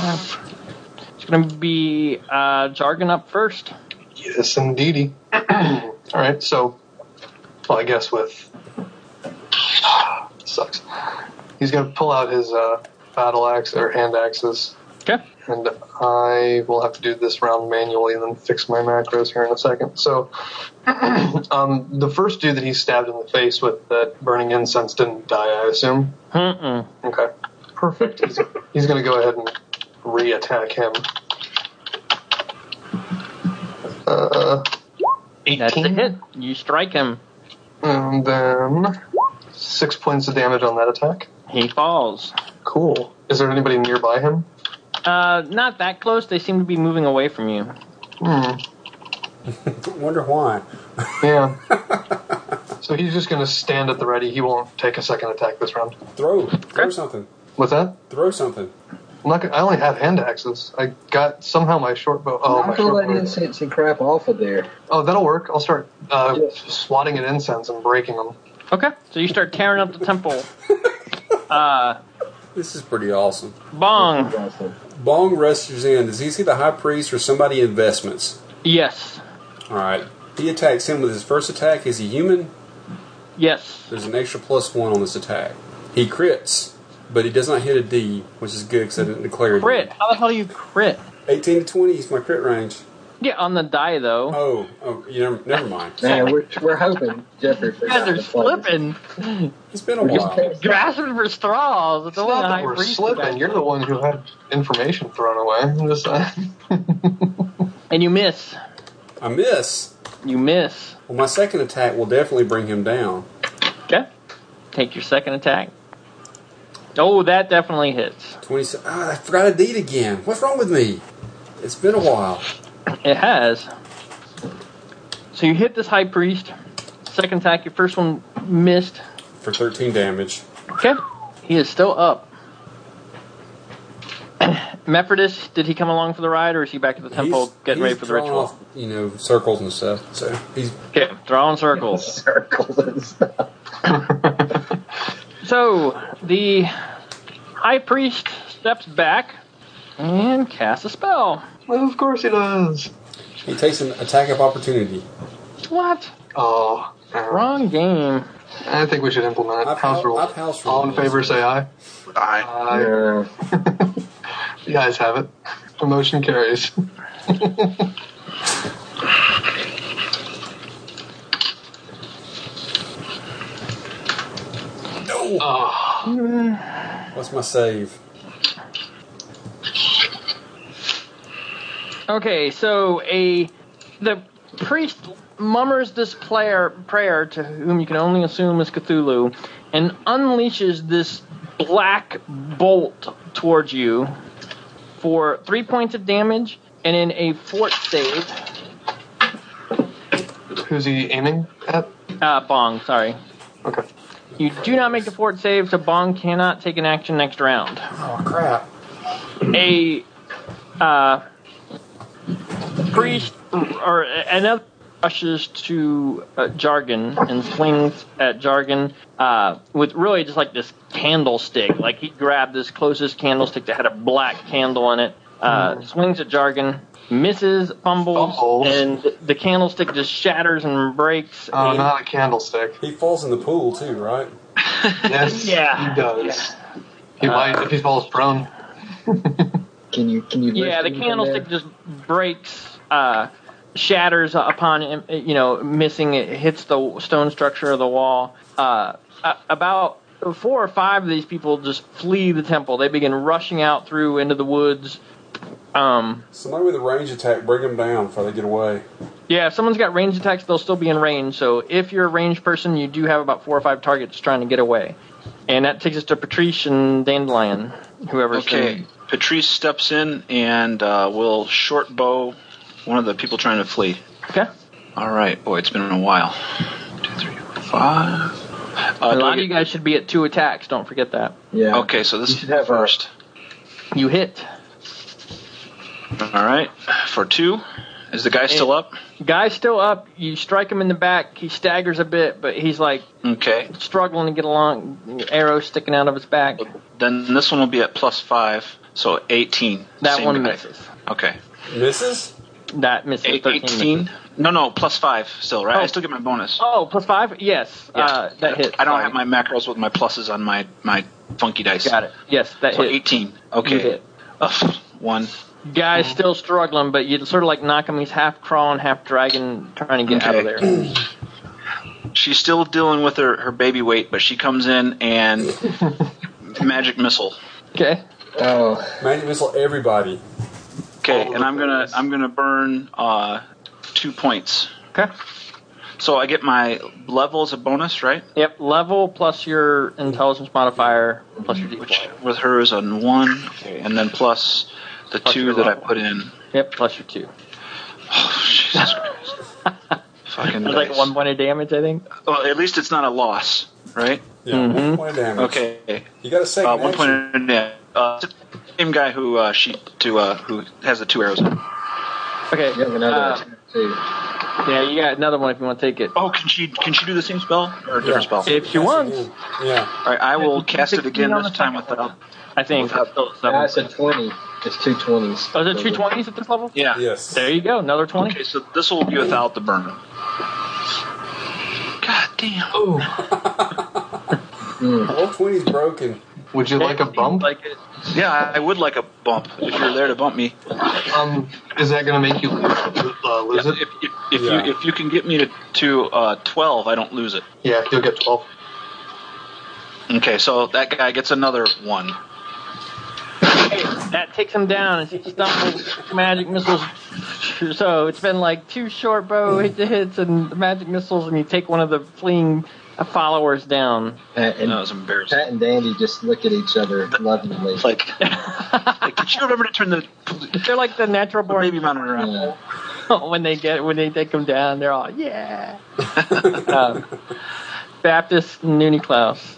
it's gonna be uh, jargon up first. Yes, indeedy. [clears throat] All right, so, well, I guess with [sighs] sucks. He's gonna pull out his uh, battle axe or hand axes, Okay. and I will have to do this round manually and then fix my macros here in a second. So, [clears throat] um, the first dude that he stabbed in the face with that burning incense didn't die, I assume. Mm-mm. Okay, perfect. He's, he's gonna go ahead and re-attack him. Uh, That's a 18? hit. You strike him. And then six points of damage on that attack. He falls. Cool. Is there anybody nearby him? Uh, not that close. They seem to be moving away from you. Hmm. [laughs] Wonder why. Yeah. so he's just gonna stand at the ready. He won't take a second attack this round. Throw. Throw Okay. something. What's that? Throw something. I'm not gonna, I only have hand axes. I got somehow my short bow. Oh, my Knock all short that bow. incense and crap off of there. Oh, that'll work. I'll start uh, Yeah. swatting at incense and breaking them. Okay. So you start tearing up the temple. Uh, This is pretty awesome. bong. Awesome. Bong rushes in. Does he see the high priest or somebody investments? Yes. All right. He attacks him with his first attack. Is he human? Yes. There's an extra plus one on this attack. He crits, but he does not hit a D, which is good because I didn't declare it. Crit. How the hell do you crit? 18 to 20 is my crit range. Yeah, on the die though. Oh, oh, you never, never mind. Man, we're, we're hoping Jeffrey You guys forgot are to play. slipping, It's been a We're just while. grasping for straws. It's, It's only not a that high we're priest slipping. attack. You're the one who had information thrown away. I'm just, uh, and you miss. I miss. You miss. Well, my second attack will definitely bring him down. Okay. Take your second attack. Oh, that definitely hits. 27. Ah, I forgot a deed again. What's wrong with me? It's been a while. It has. So you hit this high priest. Second attack, your first one missed. For 13 damage. Okay. He is still up. [clears throat] Mephrodis, did he come along for the ride or is he back at the temple He's- getting he's ready for the drawn ritual? off, you know, circles and stuff. So he's Okay, drawing circles. Circles and [laughs] stuff. So the high priest steps back and casts a spell. [laughs] well, of course he does. he takes an attack of opportunity. What? Oh, uh, Wrong game. I think we should implement I've house hou- rules. I've house All in rules. favor, say aye. I Aye. Yeah. The ayes have it. The motion carries. [laughs] No. Ah, What's my save? Okay, so a the priest mummers this player, prayer to whom you can only assume is Cthulhu, and unleashes this black bolt towards you for three points of damage and in a fort save. who's he aiming at? Uh, Bong, sorry. Okay. You do not make the fort save, so Bong cannot take an action next round. Oh crap! a uh, priest or another rushes to uh, Jargon and swings at Jargon uh, with really just like this candlestick. Like he grabbed this closest candlestick that had a black candle in it, uh, swings at Jargon, misses, fumbles, Fumbles. and the candlestick just shatters and breaks. Oh, And- not a candlestick. He falls in the pool too, right? [laughs] Yes, Yeah. he does. He might if he falls prone. Can you can you? Yeah, lift the him from candlestick there? just breaks, uh, shatters upon him, you know, missing it, hits the stone structure of the wall. Uh, a- about four or five of these people just flee the temple. They begin rushing out through into the woods. Um, Somebody with a range attack, bring him down before they get away. yeah, if someone's got range attacks, they'll still be in range. So if you're a ranged person, you do have about four or five targets trying to get away. And that takes us to Patrice and Dandelion, whoever's Okay, Patrice steps in and uh, will short bow one of the people trying to flee. Okay. All right, boy, it's been a while. Two, three, five. Uh, A do I lot of get- you guys should be at two attacks. Don't forget that. Yeah. Okay, so this You is should have a- first. You hit. All right, for two. Is the guy still up? Guy's still up. You strike him in the back. He staggers a bit, but he's like Okay, struggling to get along. Arrow sticking out of his back. then this one will be at plus five, so 18. That Same one guy. misses. Okay. Misses. That misses. Eight- 13 18? misses. No, no, plus five still, right? Oh. I still get my bonus. Oh, plus five? Yes. Yeah. Uh, that hits. I don't Sorry. have my macros with my pluses on my, my funky dice. Got it. Yes, that So hit. 18. You Okay. [laughs] Mm-hmm. hit. Ugh, one. Guy's still struggling, but you sort of like knock him. He's half crawling, half dragging, trying to get out of Okay. there. She's still dealing with her, her baby weight, but she comes in [laughs] and magic missile. Okay. Oh, Magic missile everybody. Okay, All and I'm gonna the I'm gonna burn uh, two points. Okay. So I get my level as a bonus, right? Yep. Level plus your intelligence modifier plus your Which d4. with her is on one, and then plus the Plus two your that I level. put in. [laughs] Yep. Plus your two. Oh, [laughs] Jesus Christ! Fucking That's like dice. one point of damage, I think. Well, at least it's not a loss, right? Yeah, Mm-hmm. one point of damage. Okay. You got a second Uh, one action. point. in- Yeah. Uh, same guy who uh, she to uh, who has the two arrows. In. Okay. you have another uh, attack too. Yeah, you got another one if you want to take it. Oh, can she can she do the same spell or a different Yeah. spell? If she wants, Yeah. All right, I will cast it 16 again on this the time second without. I think. Without- Still at I seven. said twenty. It's two twenties. Oh, is it two twenties at this level? Yeah. Yes. There you go, another twenty. Okay, so this will be without the burn. God damn. Roll twenty's [laughs] broken. Would you like a bump? Like it. Yeah, I I would like a bump if you're there to bump me. Um, is that going to make you lose, uh, lose Yeah, it? If, if, if Yeah. you if you can get me to to uh, twelve, I don't lose it. Yeah, you'll get twelve. Okay, so that guy gets another one. That takes him down as he stumbles. magic missiles. So it's been like two short bow [laughs] hit to hits and magic missiles, and you take one of the fleeing followers down. Pat and, That was embarrassing. Pat and Dandy just look at each other lovingly. It's Like, [laughs] like, did you remember to turn the They're like the natural the born baby monitor on? Yeah. [laughs] when they get when they take him down. They're all yeah. um, Baptist Noonie Klaus,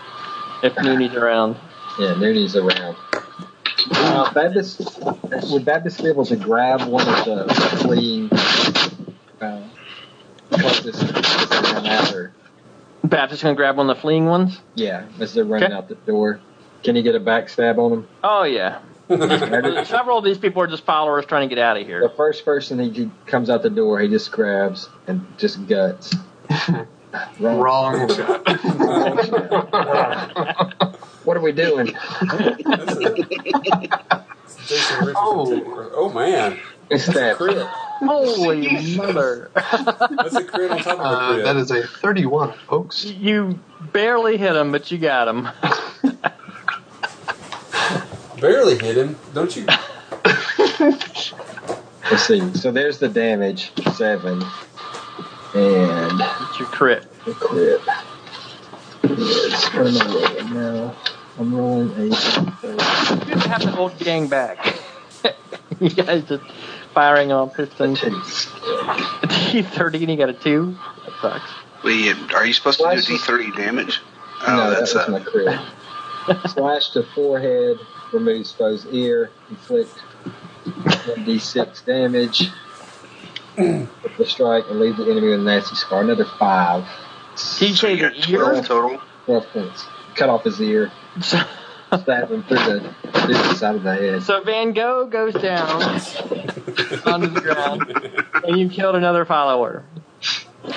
if Noonie's around. Yeah, Noonie's around. Uh, Baptist, would Baptist be able to grab one of the fleeing uh, closest as they run out? Or, Baptist gonna grab one of the fleeing ones. yeah, as they're running Okay. out the door. Can he get a backstab on him? Oh yeah. Several of these people are just followers trying to get out of The here. first person he g- comes out the door, he just grabs and just guts. Wrong. [laughs] Wrong shot. What are we doing? This is- Jason Richardson. Oh. Oh. oh man, It's that. [laughs] crit. Holy mother! That's a crit on top of a Uh, crit. that is a 31, folks. You barely hit him, but you got him. Barely hit him. Don't you? Let's see. So there's the damage seven, and It's your crit. the crit. Yes, what am I rolling now? I'm rolling a uh, You didn't have the whole gang back. [laughs] you guys just firing on pistons. [laughs] D thirteen, you got a two. That sucks. We, are you supposed Why to do is D this- three damage? Oh, no, that's that was my uh, crit. [laughs] Slash to forehead, removes foe's ear, inflict 1d6 damage with the strike, and leave the enemy with a nasty scar. Another five, He so you gave got it ear. twelve total. 12 points. Cut off his ear, So, stab him through the, through the side of the head. so Van Gogh goes down onto the ground, and you killed another follower.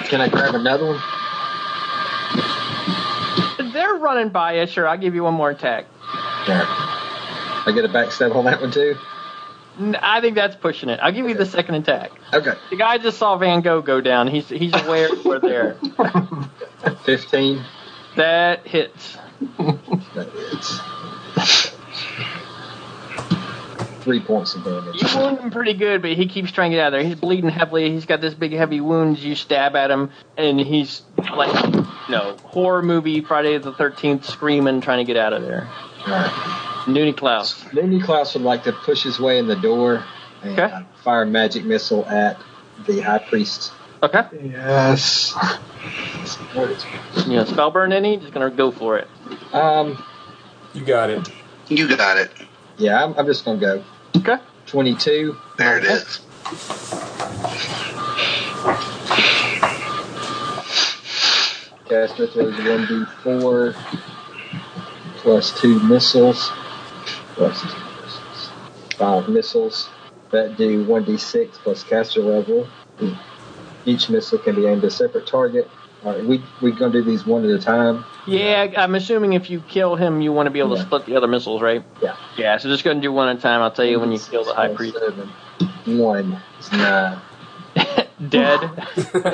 Can I grab another one? They're running by you. Sure, I'll give you one more attack. There. I get a backstab on that one too? N- I think that's pushing it. I'll give you the second attack. Okay. The guy just saw Van Gogh go down. He's he's aware we're [laughs] there. 15. That hits. That hits. Three points of damage. You wound him pretty good, but he keeps trying to get out of there. He's bleeding heavily. He's got this big, heavy wound. You stab at him, and he's like, no horror movie Friday the Thirteenth, screaming, trying to get out of there. Alright. Noonie Klaus. Looney Klaus would like to push his way in the door and Okay. uh, fire a magic missile at the high priest. Okay. Yes. You know, spell burn any? Just gonna go for it. Um, You got it. You got it. yeah, I'm, I'm just going to go. Okay. 22. There it is. Caster throws 1d4 plus two missiles. Plus two missiles. Five missiles that do 1d6 plus caster level. Each missile can be aimed at a separate target. All right, we, we're going to do these one at a time. Yeah, I'm assuming if you kill him, you want to be able to Yeah. split the other missiles, right? Yeah. Yeah. So just gonna do one at a time. I'll tell you when you kill the high priest. Seven. One. It's nine. [laughs] Dead. So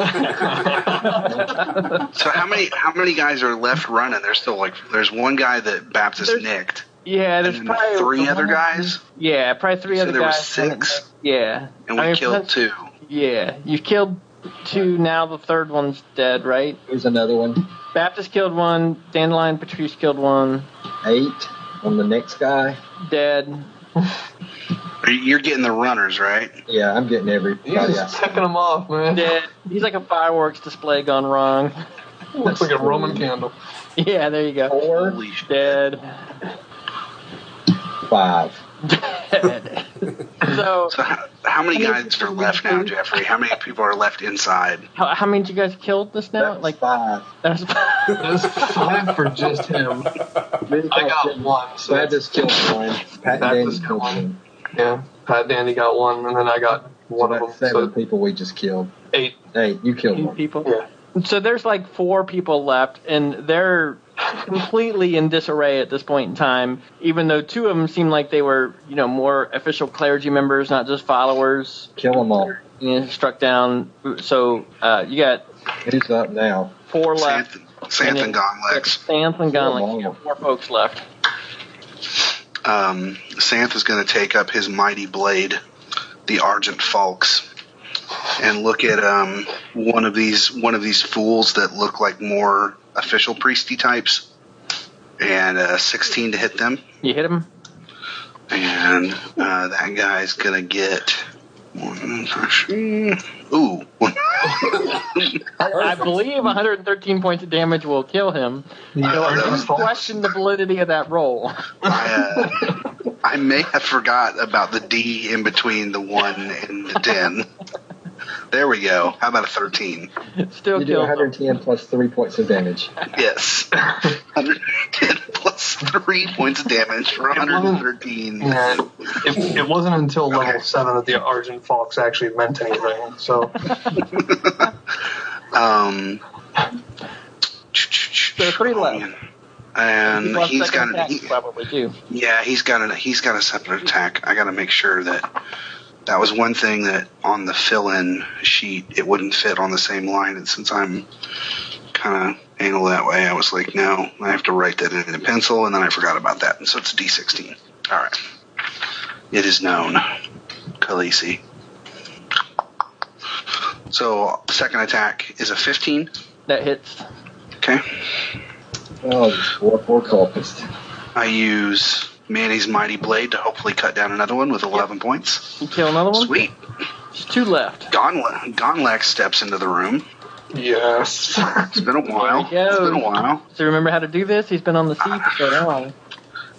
how many how many guys are left running? There's still like there's one guy that Baptist There's- nicked, Yeah. There's and then probably three other guys, Yeah, probably three So other there were guys. six? Yeah. and we I mean, killed plus- two. Yeah, you killed two. Now the third one's dead, right? Here's another one. Baptist killed one. Dandelion Patrice killed one. Eight on the next guy. Dead. Are you- You're getting the runners, right? Yeah, I'm getting every. He's just ticking them off, man. Dead. He's like a fireworks display gone wrong. [laughs] Looks like a Roman candle. Yeah, there you go. Four, Holy shit! Dead. [laughs] five. Dead. so, So how, how many guys are left now, Jeffrey? How many people are left inside? how, how many did you guys killed this now? That's Like, five. that's [laughs] That's five for just him. I got one. So So I that's just killed one. Pat That and was Danny killed one. one. Yeah, Pat Dandy got one, and then I got one About of them. seven So people we just killed. eight. Hey, you killed two one. people. Yeah. So there's like four people left, and they're completely in disarray at this point in time. Even though two of them seem like they were, you know, more official clergy members, not just followers, Kill them all. you know, struck down. So uh, you got Who's up now? four left. Santh, Santh and Gonlex. Santh and Gonlex. Oh, You wow. got four folks left. Um, Santh is going to take up his mighty blade, the Argent Falx, and look at um, one of these one of these fools that look like more official priesty types, and uh, sixteen to hit them, You hit him. and uh, that guy's going to get. Ooh, I believe 113 points of damage will kill him. So I that was just question the validity of that roll. [laughs] I, uh, I may have forgot about the D in between the one and the ten. There we go. How about a thirteen? Still You do kills him. 110 plus three points of damage. Yes. [laughs] 110 plus 3 points of damage for 113. Yeah, it, it wasn't until Okay. level seven that the Argent Fox actually meant anything. So Um, So three left. oh, and People have he's second got an, attacks, he- probably do. yeah, he's got an, he's got a separate attack. I got to make sure that that was one thing that on the fill-in sheet it wouldn't fit on the same line, and since I'm kind of anal that way, I was like, no, I have to write that in a pencil, and then I forgot about that, and so it's a D16. All right, it is known, Khaleesi. So second attack is a 15. That hits. Okay. Oh, this war, war culpist. I use Manny's Mighty Blade to hopefully cut down another one with 11 points. You kill another one. Sweet. There's two left. Gonla- Gonlax steps into the room. Yes. Oh It's been a while. There we go. It's been a while. So remember how to do this? He's been on the sea for so long.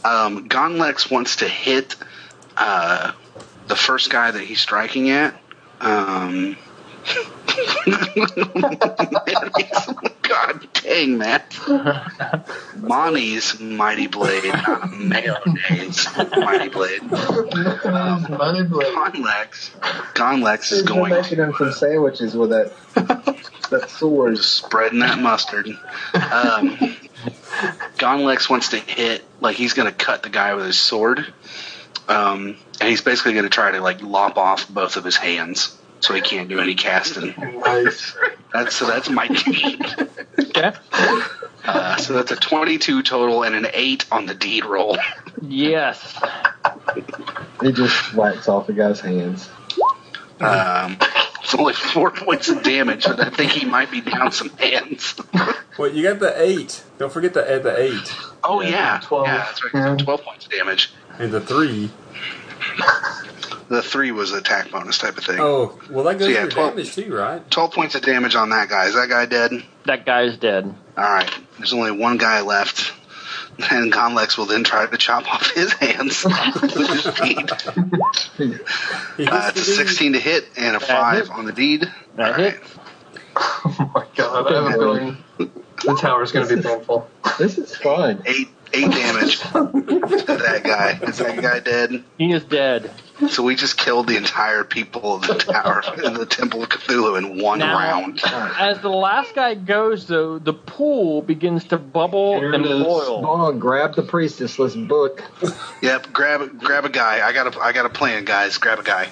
Um, Gonlex wants to hit uh, the first guy that he's striking at. Um, [laughs] God dang, Matt. Monty's Mighty [laughs] Blade. not Mayonnaise Mighty Blade. Money blade. Gonlex. Gonlex is He's going making him some sandwiches with that that sword. spreading that mustard. Um, Gonlex wants to hit like he's going to cut the guy with his sword, um, and he's basically going to try to like lop off both of his hands so he can't do any casting. Nice. That's so that's my Okay. uh, so that's a twenty-two total and an eight on the deed roll. Yes. He just whacks off the guy's hands. Um, it's only four points of damage, but I think he might be down some hands. Well, you got the eight. Don't forget to add the eight Oh yeah, Twelve. yeah, that's right. So Twelve points of damage. and the three. The three was attack bonus type of thing. Oh, well, that goes So, yeah, to your 12. damage too, right? 12 points of damage on that guy. Is that guy dead? That guy's dead. Alright. There's only one guy left. [laughs] And Gonlex will then try to chop off his hands [laughs] with his feet. He Uh, hits it's the a dude. 16 to hit and a 5 on the deed. That Alright. hits. Oh my god, I have a feeling the tower's going to be painful. This is fun. Eight, eight damage to that guy. Is that guy dead? He is dead. So we just killed the entire people of the tower, the Temple of Cthulhu, in one Now- round. As the last guy goes, though, the pool begins to bubble Here and it is. boil. Come on, grab the priestess. Let's book. Yep, grab grab a guy. I got a I got a plan, guys. Grab a guy.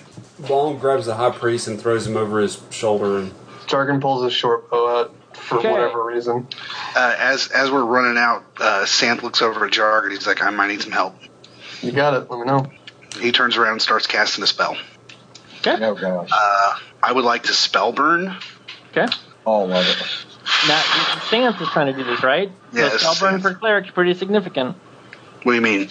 Long grabs the high priest and throws him over his shoulder. And Jargon pulls his short bow out for Okay. whatever reason. Uh, as as we're running out, uh, Sam looks over at Jarg and he's like, "I might need some help." You got it. Let me know. He turns around and starts casting a spell. Oh gosh, I would like to spell burn. Okay. all of it. Now, Santh is trying to do this, right? Yes, The spell burn Santh. for cleric's pretty significant. What do you mean?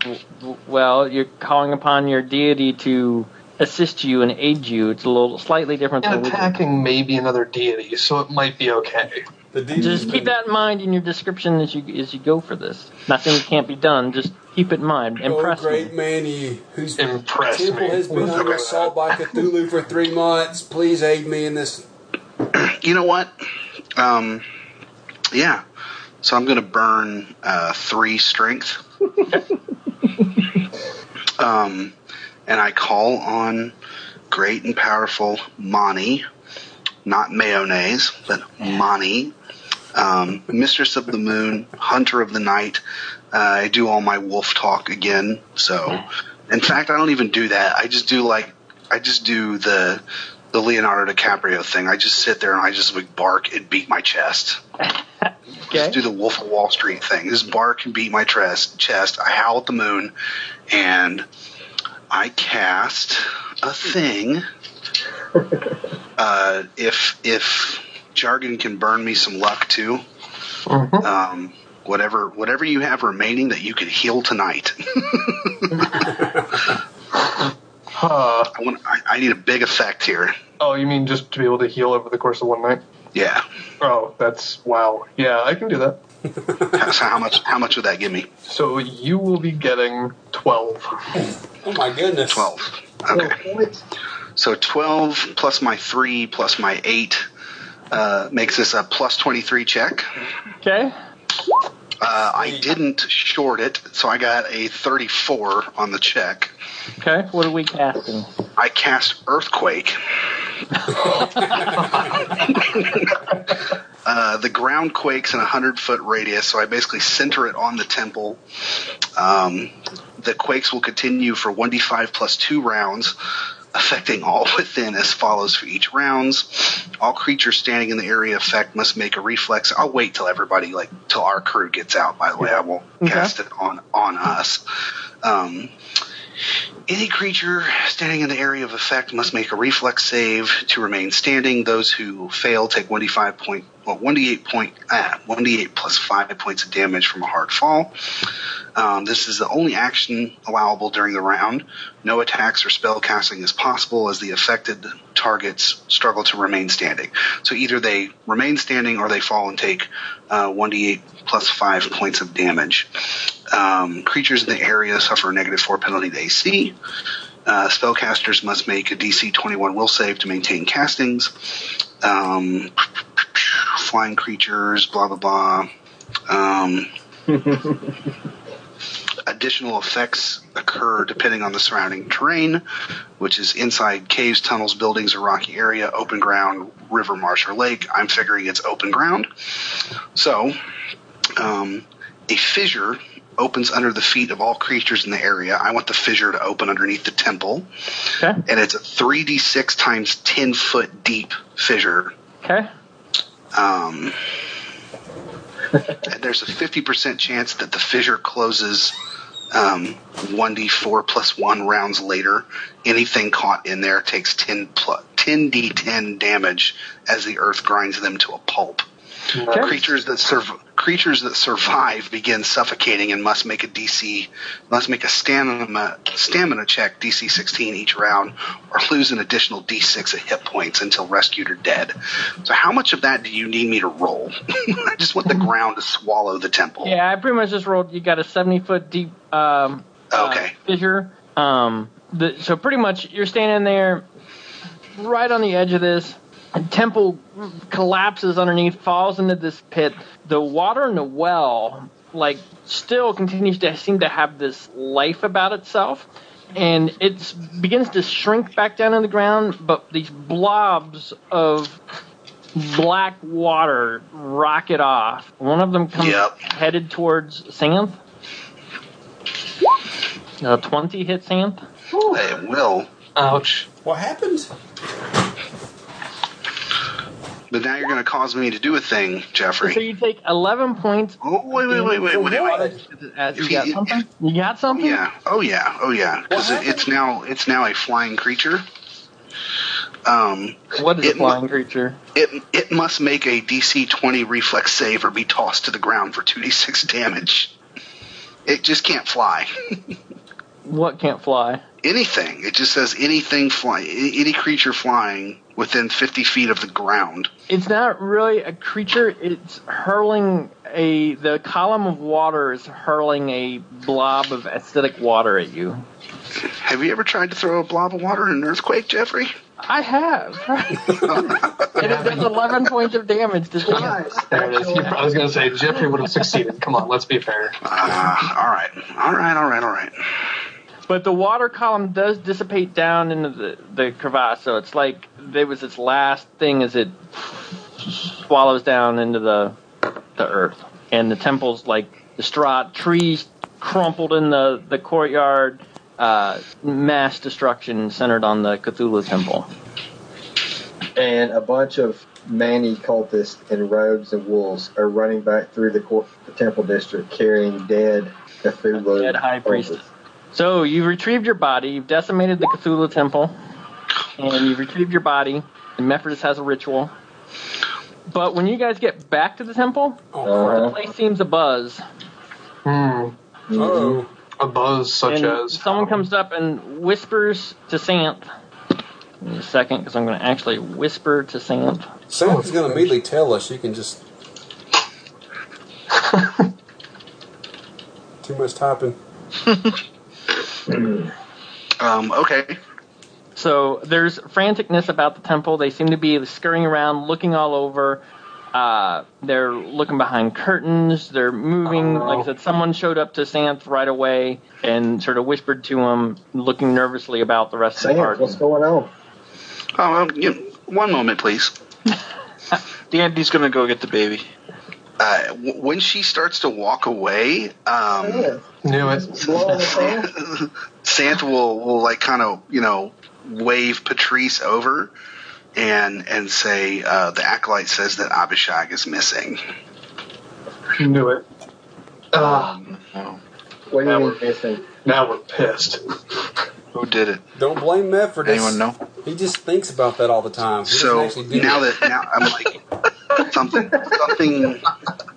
W- Well, you're calling upon your deity to assist you and aid you. It's a little slightly different than And a wizard. attacking maybe another deity, so it might be okay. the dude Just keep that in mind in your description as you as you go for this. Not saying it can't be done. Just keep it in mind. Oh, Impress me. great man, you whose Impress temple me. has been under assault by Cthulhu for three months. Please aid me in this. You know what? Um, yeah. So I'm going to burn uh, three strength. um, and I call on great and powerful Mani, not mayonnaise, but Mani, um, mistress of the moon, hunter of the night. Uh, I do all my wolf talk again. So, in fact, I don't even do that. I just do like I just do the the Leonardo DiCaprio thing. I just sit there and I just like bark and beat my chest. Just Okay. do the Wolf of Wall Street thing. Just bark and beat my chest. Chest. I howl at the moon, and I cast a thing. uh, if if jargon can burn me some luck too. Mm-hmm. Um, whatever whatever you have remaining that you can heal tonight. [laughs] Huh. I want. I, I need a big effect here. Uh, Oh, you mean just to be able to heal over the course of one night? Yeah. Oh, that's wow. Yeah, I can do that. So how much? How much would that give me? So you will be getting 12. Oh my goodness! 12. Oh, Okay. what? So 12 plus my 3 plus my 8 uh, makes this a plus 23 check. Okay. Uh, I didn't short it, so I got a 34 on the check. Okay. What are we casting? I cast Earthquake. uh, the ground quakes in a hundred foot radius, so I basically center it on the temple. Um, the quakes will continue for 1d5 plus two rounds, affecting all [laughs] within as follows for each rounds. All creatures standing in the area effect must make a reflex. I'll wait till everybody, like, till our crew gets out, by the way. I won't cast it on, on us. Um, any creature standing in the area of effect must make a reflex save to remain standing. Those who fail take 1d5 point, well, 1d8 point, ah, 1d8 plus 5 points of damage from a hard fall. Um, this is the only action allowable during the round. No attacks or spell casting is possible as the affected targets struggle to remain standing. So either they remain standing or they fall and take uh, 1d8 plus 5 points of damage. Um, creatures in the area suffer a negative 4 penalty to AC. Uh, spellcasters must make a DC 21 will save to maintain castings. Um, flying creatures, blah, blah, blah. Um, additional effects occur depending on the surrounding terrain, which is inside caves, tunnels, buildings, or rocky area, open ground, river, marsh, or lake. I'm figuring it's open ground. So, um, a fissure opens under the feet of all creatures in the area. I want the fissure to open underneath the temple, Okay. and it's a 3d6 times 10 foot deep fissure. Okay. Um, and there's a 50% chance that the fissure closes um, 1d4 plus 1 rounds later. Anything caught in there takes 10 plus. 10d10 damage as the earth grinds them to a pulp. Creatures that sur- creatures that survive begin suffocating and must make a DC must make a stamina stamina check DC 16 each round or lose an additional D6 of hit points until rescued or dead. So how much of that do you need me to roll? [laughs] I just want the ground to swallow the temple. Yeah, I pretty much just rolled. You got a seventy foot deep um, uh, Okay. fissure. Um, the, so pretty much you're standing there, right on the edge of this. A temple collapses underneath, falls into this pit. The water in the well, like, still continues to seem to have this life about itself, and it begins to shrink back down in the ground. But these blobs of black water rocket off. One of them comes Yep. headed towards Santh. Uh, 20 hit Santh. It will. Ouch. What happened? But now you're going to cause me to do a thing, Jeffrey. So you take 11 points. Oh, wait, wait, wait, wait, wait, wait. As you If got you- something? You got something? Yeah. Oh yeah. Oh yeah. Because What it, it's now it's now a flying creature. Um, What is It a flying creature? it it must make a DC 20 reflex save or be tossed to the ground for 2d6 damage. It just can't fly. What can't fly? Anything. It just says anything fly a- any creature flying within 50 feet of the ground. It's not really a creature. It's hurling a. The column of water is hurling a blob of acidic water at you. Have you ever tried to throw a blob of water in an earthquake, Jeffrey? I have. [laughs] and it does 11 points of damage to Santh. There it is. You- I was going to say, Jeffrey would have succeeded. Come on, let's be fair. Ah, all right. All right, all right, all right. But the water column does dissipate down into the, the crevasse, so it's like it was its last thing as it swallows down into the the earth. And the temple's like distraught, trees crumpled in the, the courtyard, uh, mass destruction centered on the Cthulhu temple. and a bunch of manny cultists in robes and wolves are running back through the, court, the temple district carrying dead Cthulhu. Dead high priestess. So you've retrieved your body, you've decimated the Cthulhu temple, and you've retrieved your body, and Mephrodis has a ritual. But when you guys get back to the temple, Oh, The Uh-huh. place seems abuzz. Hmm. oh, A buzz such and as. someone comes up and whispers to Santh. Give me a second, because I'm going to actually whisper to Santh. Sam's going to immediately tell us. You can just too much typing. Um, okay. So there's franticness about the temple. They seem to be scurrying around, looking all over. Uh, they're looking behind curtains. They're moving. Like I said, someone showed up to Santh right away and sort of whispered to him, looking nervously about the rest of the Sam, party. Um, what's going on? Oh, well, you, one moment, please. Dandy's gonna go get the baby. Uh, w- when she starts to walk away, um, Yeah. Knew it. Blowing us off. Santa will, will like kind of you know wave Patrice over and and say uh, the acolyte says that Abishag is missing. Knew it. Ah, Oh, What do That you mean works. missing? now we're pissed. who did it? Don't blame Matt for this. Anyone know? He just thinks about that all the time. He So doesn't actually do now it. that now I'm like something something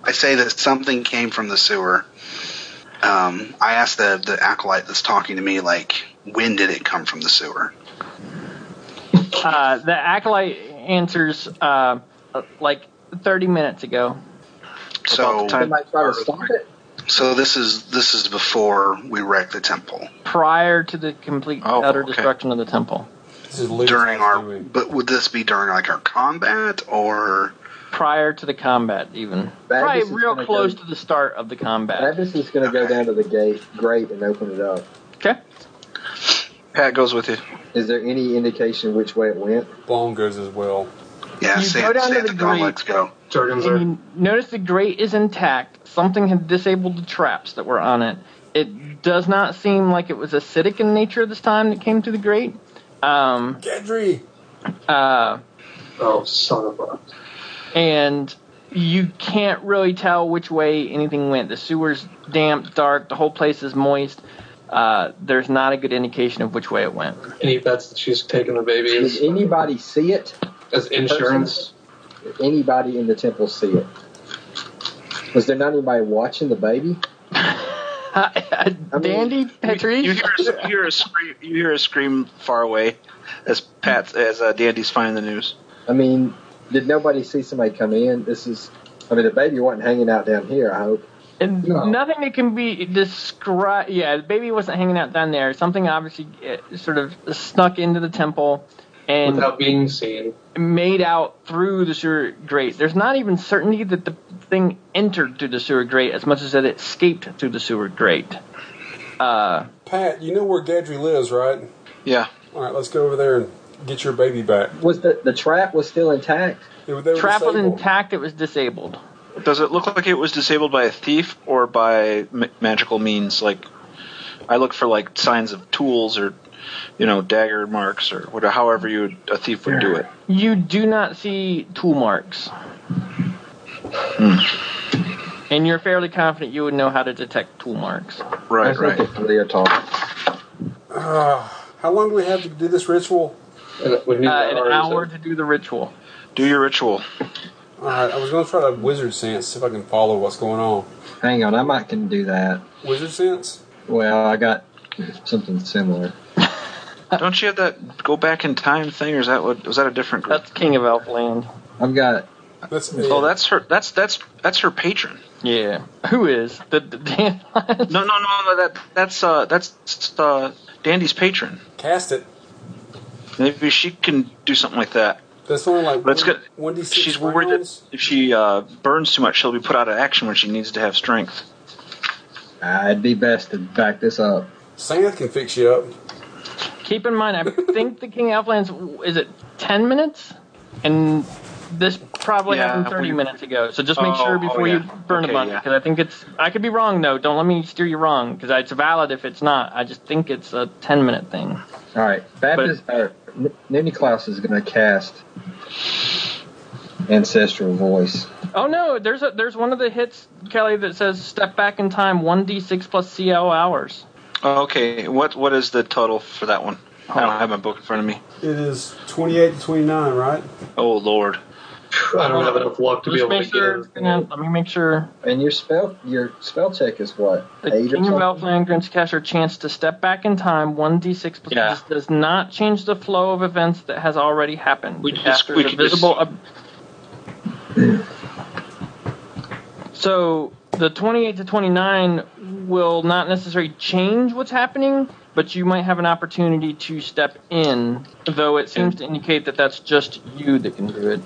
I say that something came from the sewer. Um, I asked the the acolyte that's talking to me like when did it come from the sewer? Uh, the acolyte answers uh, like 30 minutes ago. So About the time- They might try to stop it. so this is this is before we wreck the temple prior to the complete Oh, utter okay. destruction of the temple. this is Luke's during our doing. but would this be during like our combat or Prior to the combat, even. That Probably is real gonna close go- to the start of the combat. Travis is going to go Okay. down to the gate, grate, and open it up. Okay. Pat goes with you. Is there any indication which way it went? Bone goes as well. yeah You go Santa, down to Santa the gone grate. let's go Jargon's And there. you notice the grate is intact. Something had disabled the traps that were on it. It does not seem like it was acidic in nature this time that came to the grate. Um, Gedry! uh, Oh, son of a. and you can't really tell which way anything went. The sewer's damp, dark, the whole place is moist. Uh, there's not a good indication of which way it went. Any bets that she's taking the baby Did as, anybody see it? as insurance? Did anybody in the temple see it? Was there not anybody watching the baby? mean, Uh, Dandy Patrice. You hear, a, you hear a scream. You hear a scream far away as Pat as uh, Dandy's finding the news. I mean, did nobody see somebody come in? This is, I mean, the baby wasn't hanging out down here. I hope. And No. Nothing that can be described. Yeah, the baby wasn't hanging out down there. Something obviously uh, sort of snuck into the temple and Without being seen. made out through the sewer grate. There's not even certainty that the thing entered through the sewer grate as much as that it escaped through the sewer grate. Uh, Pat, you know where Gedry lives, right? Yeah. All right, let's go over there and get your baby back. Was the the trap was still intact? They were- they were trap was disabled. intact. It was disabled. Does it look like it was disabled by a thief or by ma- magical means? Like, I look for like signs of tools or, you know, dagger marks or whatever. However, you would, a thief would do it. You do not see tool marks. And you're fairly confident you would know how to detect tool marks. Right, right. Leo talk. Ah, how long do we have to do this ritual? And we knew Uh, that an already, so- hour to do the ritual. Do your ritual. All right, I was going to try to wizard sense see if I can follow what's going on. Hang on, I might can do that. Wizard sense? Well, I got something similar. Don't you have that go back in time thing, or is that what was that a different group? That's King of Elfland. I've got. That's oh, that's her. That's that's that's her patron. Yeah. Who is the, the [laughs] Dan? No, no, no, no. That that's uh that's uh Dandy's patron. cast it. Maybe she can do something like that. That's only like Let's one, get- one d six She's worried that rounds. if she uh, burns too much, she'll be put out of action when she needs to have strength. Uh, it'd be best to back this up. Santh can fix you up. Keep in mind, I think the King of Elfland's is it ten minutes, and this probably Yeah, happened thirty we- minutes ago. So just make Oh, sure oh, before yeah. you burn Okay, a bunch, yeah. because I think it's. I could be wrong though. Don't let me steer you wrong, because it's valid if it's not. I just think it's a ten minute thing. All right, Baptist or N- Nini Klaus is going to cast ancestral voice. Oh no, there's a there's one of the hits Kelly that says step back in time one d six plus CL hours. Oh, okay, what what is the total for that one? I don't have my book in front of me. It is twenty eight to twenty nine, right? Oh Lord, I don't have enough luck to be Just able to make get sure. it. yeah, Let me make sure. And your spell your spell check is what? The Eight or King of something? Elfland grants Caster a chance to step back in time, 1d6 plus Yeah. this does not change the flow of events that has already happened. We can After just- we the can visible just- ob- uh, So the 28 to 29 will not necessarily change what's happening, but you might have an opportunity to step in, though it seems to indicate that that's just you that can do it.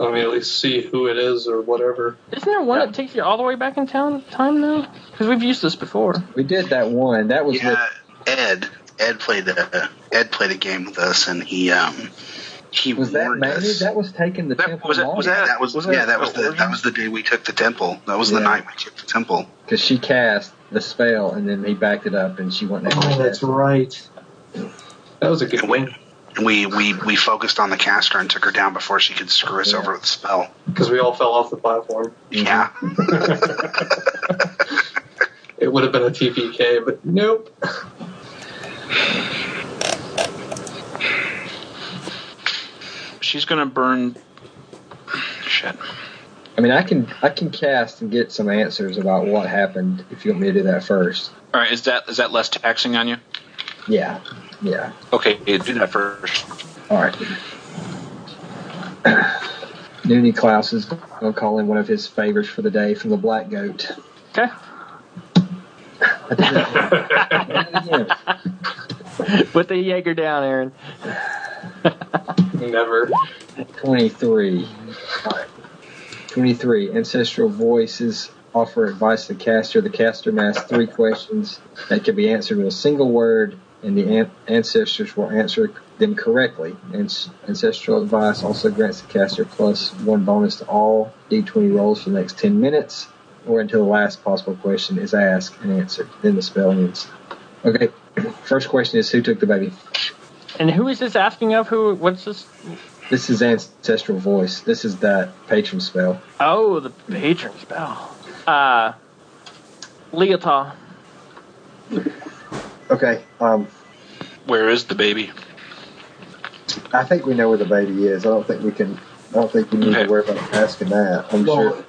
I mean, at least see who it is or whatever. Isn't there one Yeah. that takes you all the way back in town time though? Because we've used this before. We did that one. That was Yeah, Ed. Ed played a Ed played a game with us, and he um he Was that warned Manny? us. That was taking the That, temple was, it, was that? that was, yeah, that was the that was the day we took the temple. That was the Yeah. night we took the temple. because she cast the spell and then he backed it up and she went after Oh, that. that's right. That was a good And we, win we we we focused on the caster and took her down before she could screw us Yeah. over with the spell. because we all fell off the platform. Yeah, It would have been a TPK, but nope. She's gonna burn. Shit. I mean, I can I can cast and get some answers about what happened if you want me to do that first. All right, is that is that less taxing on you? Yeah, yeah. Okay, yeah, do that first. All right. [clears throat] Noonie Klaus is going to call in one of his favors for the day from the Black Goat. Okay. I did that. I did it again. Put the Jaeger down, Aaron. Never. 23. All right. 23. Ancestral Voices offer advice to the caster. The caster may ask three questions that can be answered with a single word, and the an- ancestors will answer them correctly. Ans- ancestral advice also grants the caster plus one bonus to all d20 rolls for the next 10 minutes or until the last possible question is asked and answered. Then the spell ends. Okay. First question is who took the baby? And who is this asking of? Who? What's this? This is ancestral voice. This is that patron spell. Oh, the patron spell. Uh, Leotah. Okay. Um, Where is the baby? I think we know where the baby is. I don't think we can. I don't think we need Okay. to worry about asking that. I'm Well, sure.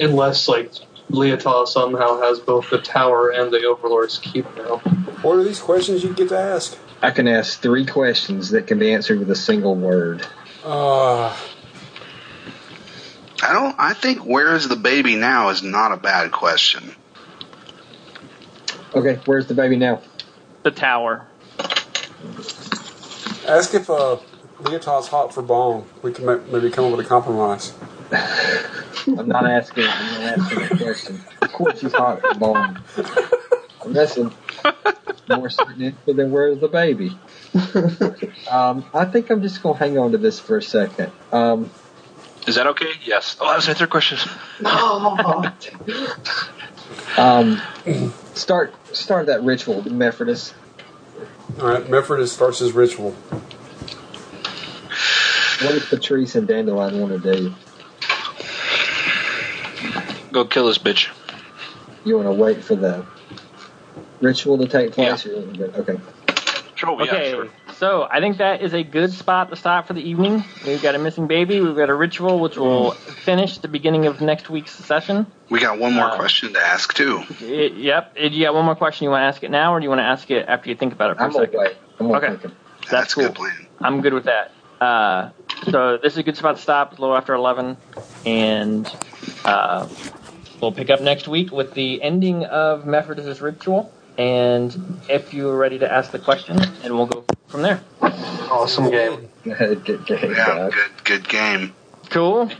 unless like Leotah somehow has both the tower and the Overlord's keep now. What are these questions you get to ask? I can ask three questions that can be answered with a single word. Uh, I don't. I think where is the baby now is not a bad question. Okay, where's the baby now? The tower. ask if uh, Leotard's hot for bong. We can ma- maybe come up with a compromise. I'm not asking. I'm not asking a question. Of course, she's hot for bone. That's a more significant than where's the baby. um, I think I'm just gonna hang on to this for a second. Um, Is that okay? Yes. Oh, that was my third question. No. um, start start that ritual, Mephrodis. All right, Medford is- starts his ritual. What does Patrice and Dandelion want to do? Go kill this bitch. You want to wait for the ritual to take place? or- Okay. Sure, Oh, yeah, Okay, sure. so I think that is a good spot to stop for the evening. We've got a missing baby. We've got a ritual which will finish the beginning of next week's session. We got one more Uh, question to ask too. Y- yep. Uh, Do you got one more question you want to ask it now, or do you want to ask it after you think about it for I'm a going to second? wait. [laughs] I'm gonna Okay. think of- That's, cool. a good plan. I'm good with that. Uh, so this is a good spot to stop. It's a little after 11, and uh, we'll pick up next week with the ending of Mephrodis' ritual. And if you are ready to ask the question, and we'll go from there. awesome game. Good, good, good, Yeah, guys. good good game. Cool.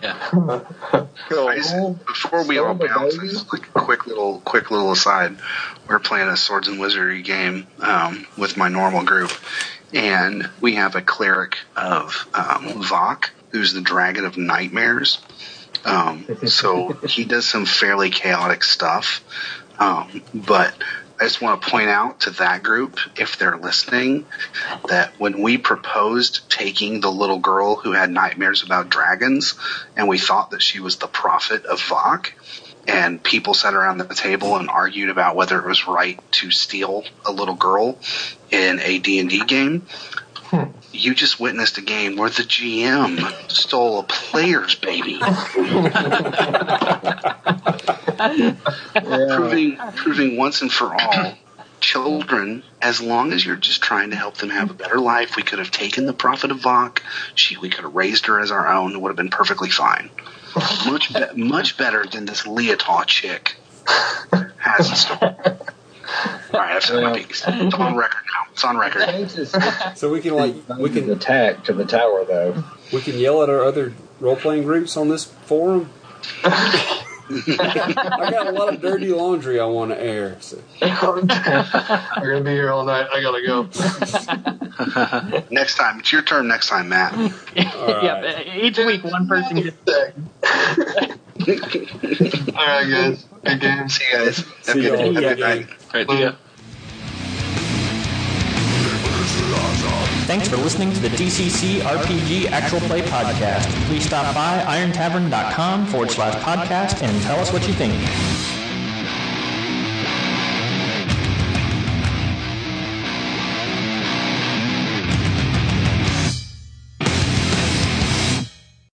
I just- Oh, before we all Sorry, bounce, baby. just like a quick little quick little aside. We're playing a swords and wizardry game um, with my normal group, and we have a cleric of um, Vok, who's the dragon of nightmares. Um, so he does some fairly chaotic stuff. Um, but I just want to point out to that group, if they're listening, that when we proposed taking the little girl who had nightmares about dragons, and we thought that she was the prophet of Vok, and people sat around the table and argued about whether it was right to steal a little girl in a D&D game, you just witnessed a game where the GM stole a player's baby. [laughs] Yeah. proving proving once and for all children as long as you're just trying to help them have a better life we could have taken the prophet of Vok she we could have raised her as our own it would have been perfectly fine much be- much better than this Leotah chick has in store all right I've said my Yeah. piece it's on record now it's on record Change this So we can like [laughs] we we can attack to the tower, though. we can yell at our other role playing groups on this [laughs] forum. I got a lot of dirty laundry I want to air. So. We're gonna be here all night. I gotta go. Next time, it's your turn. Next time, Matt. yeah, but each week one person gets. All right, guys. Good games. See you guys. Have a See y'all. good, have a good Yeah. night. Right, yeah. Thanks for listening to the DCC RPG Actual Play Podcast. Please stop by irontavern.com forward slash podcast and tell us what you think.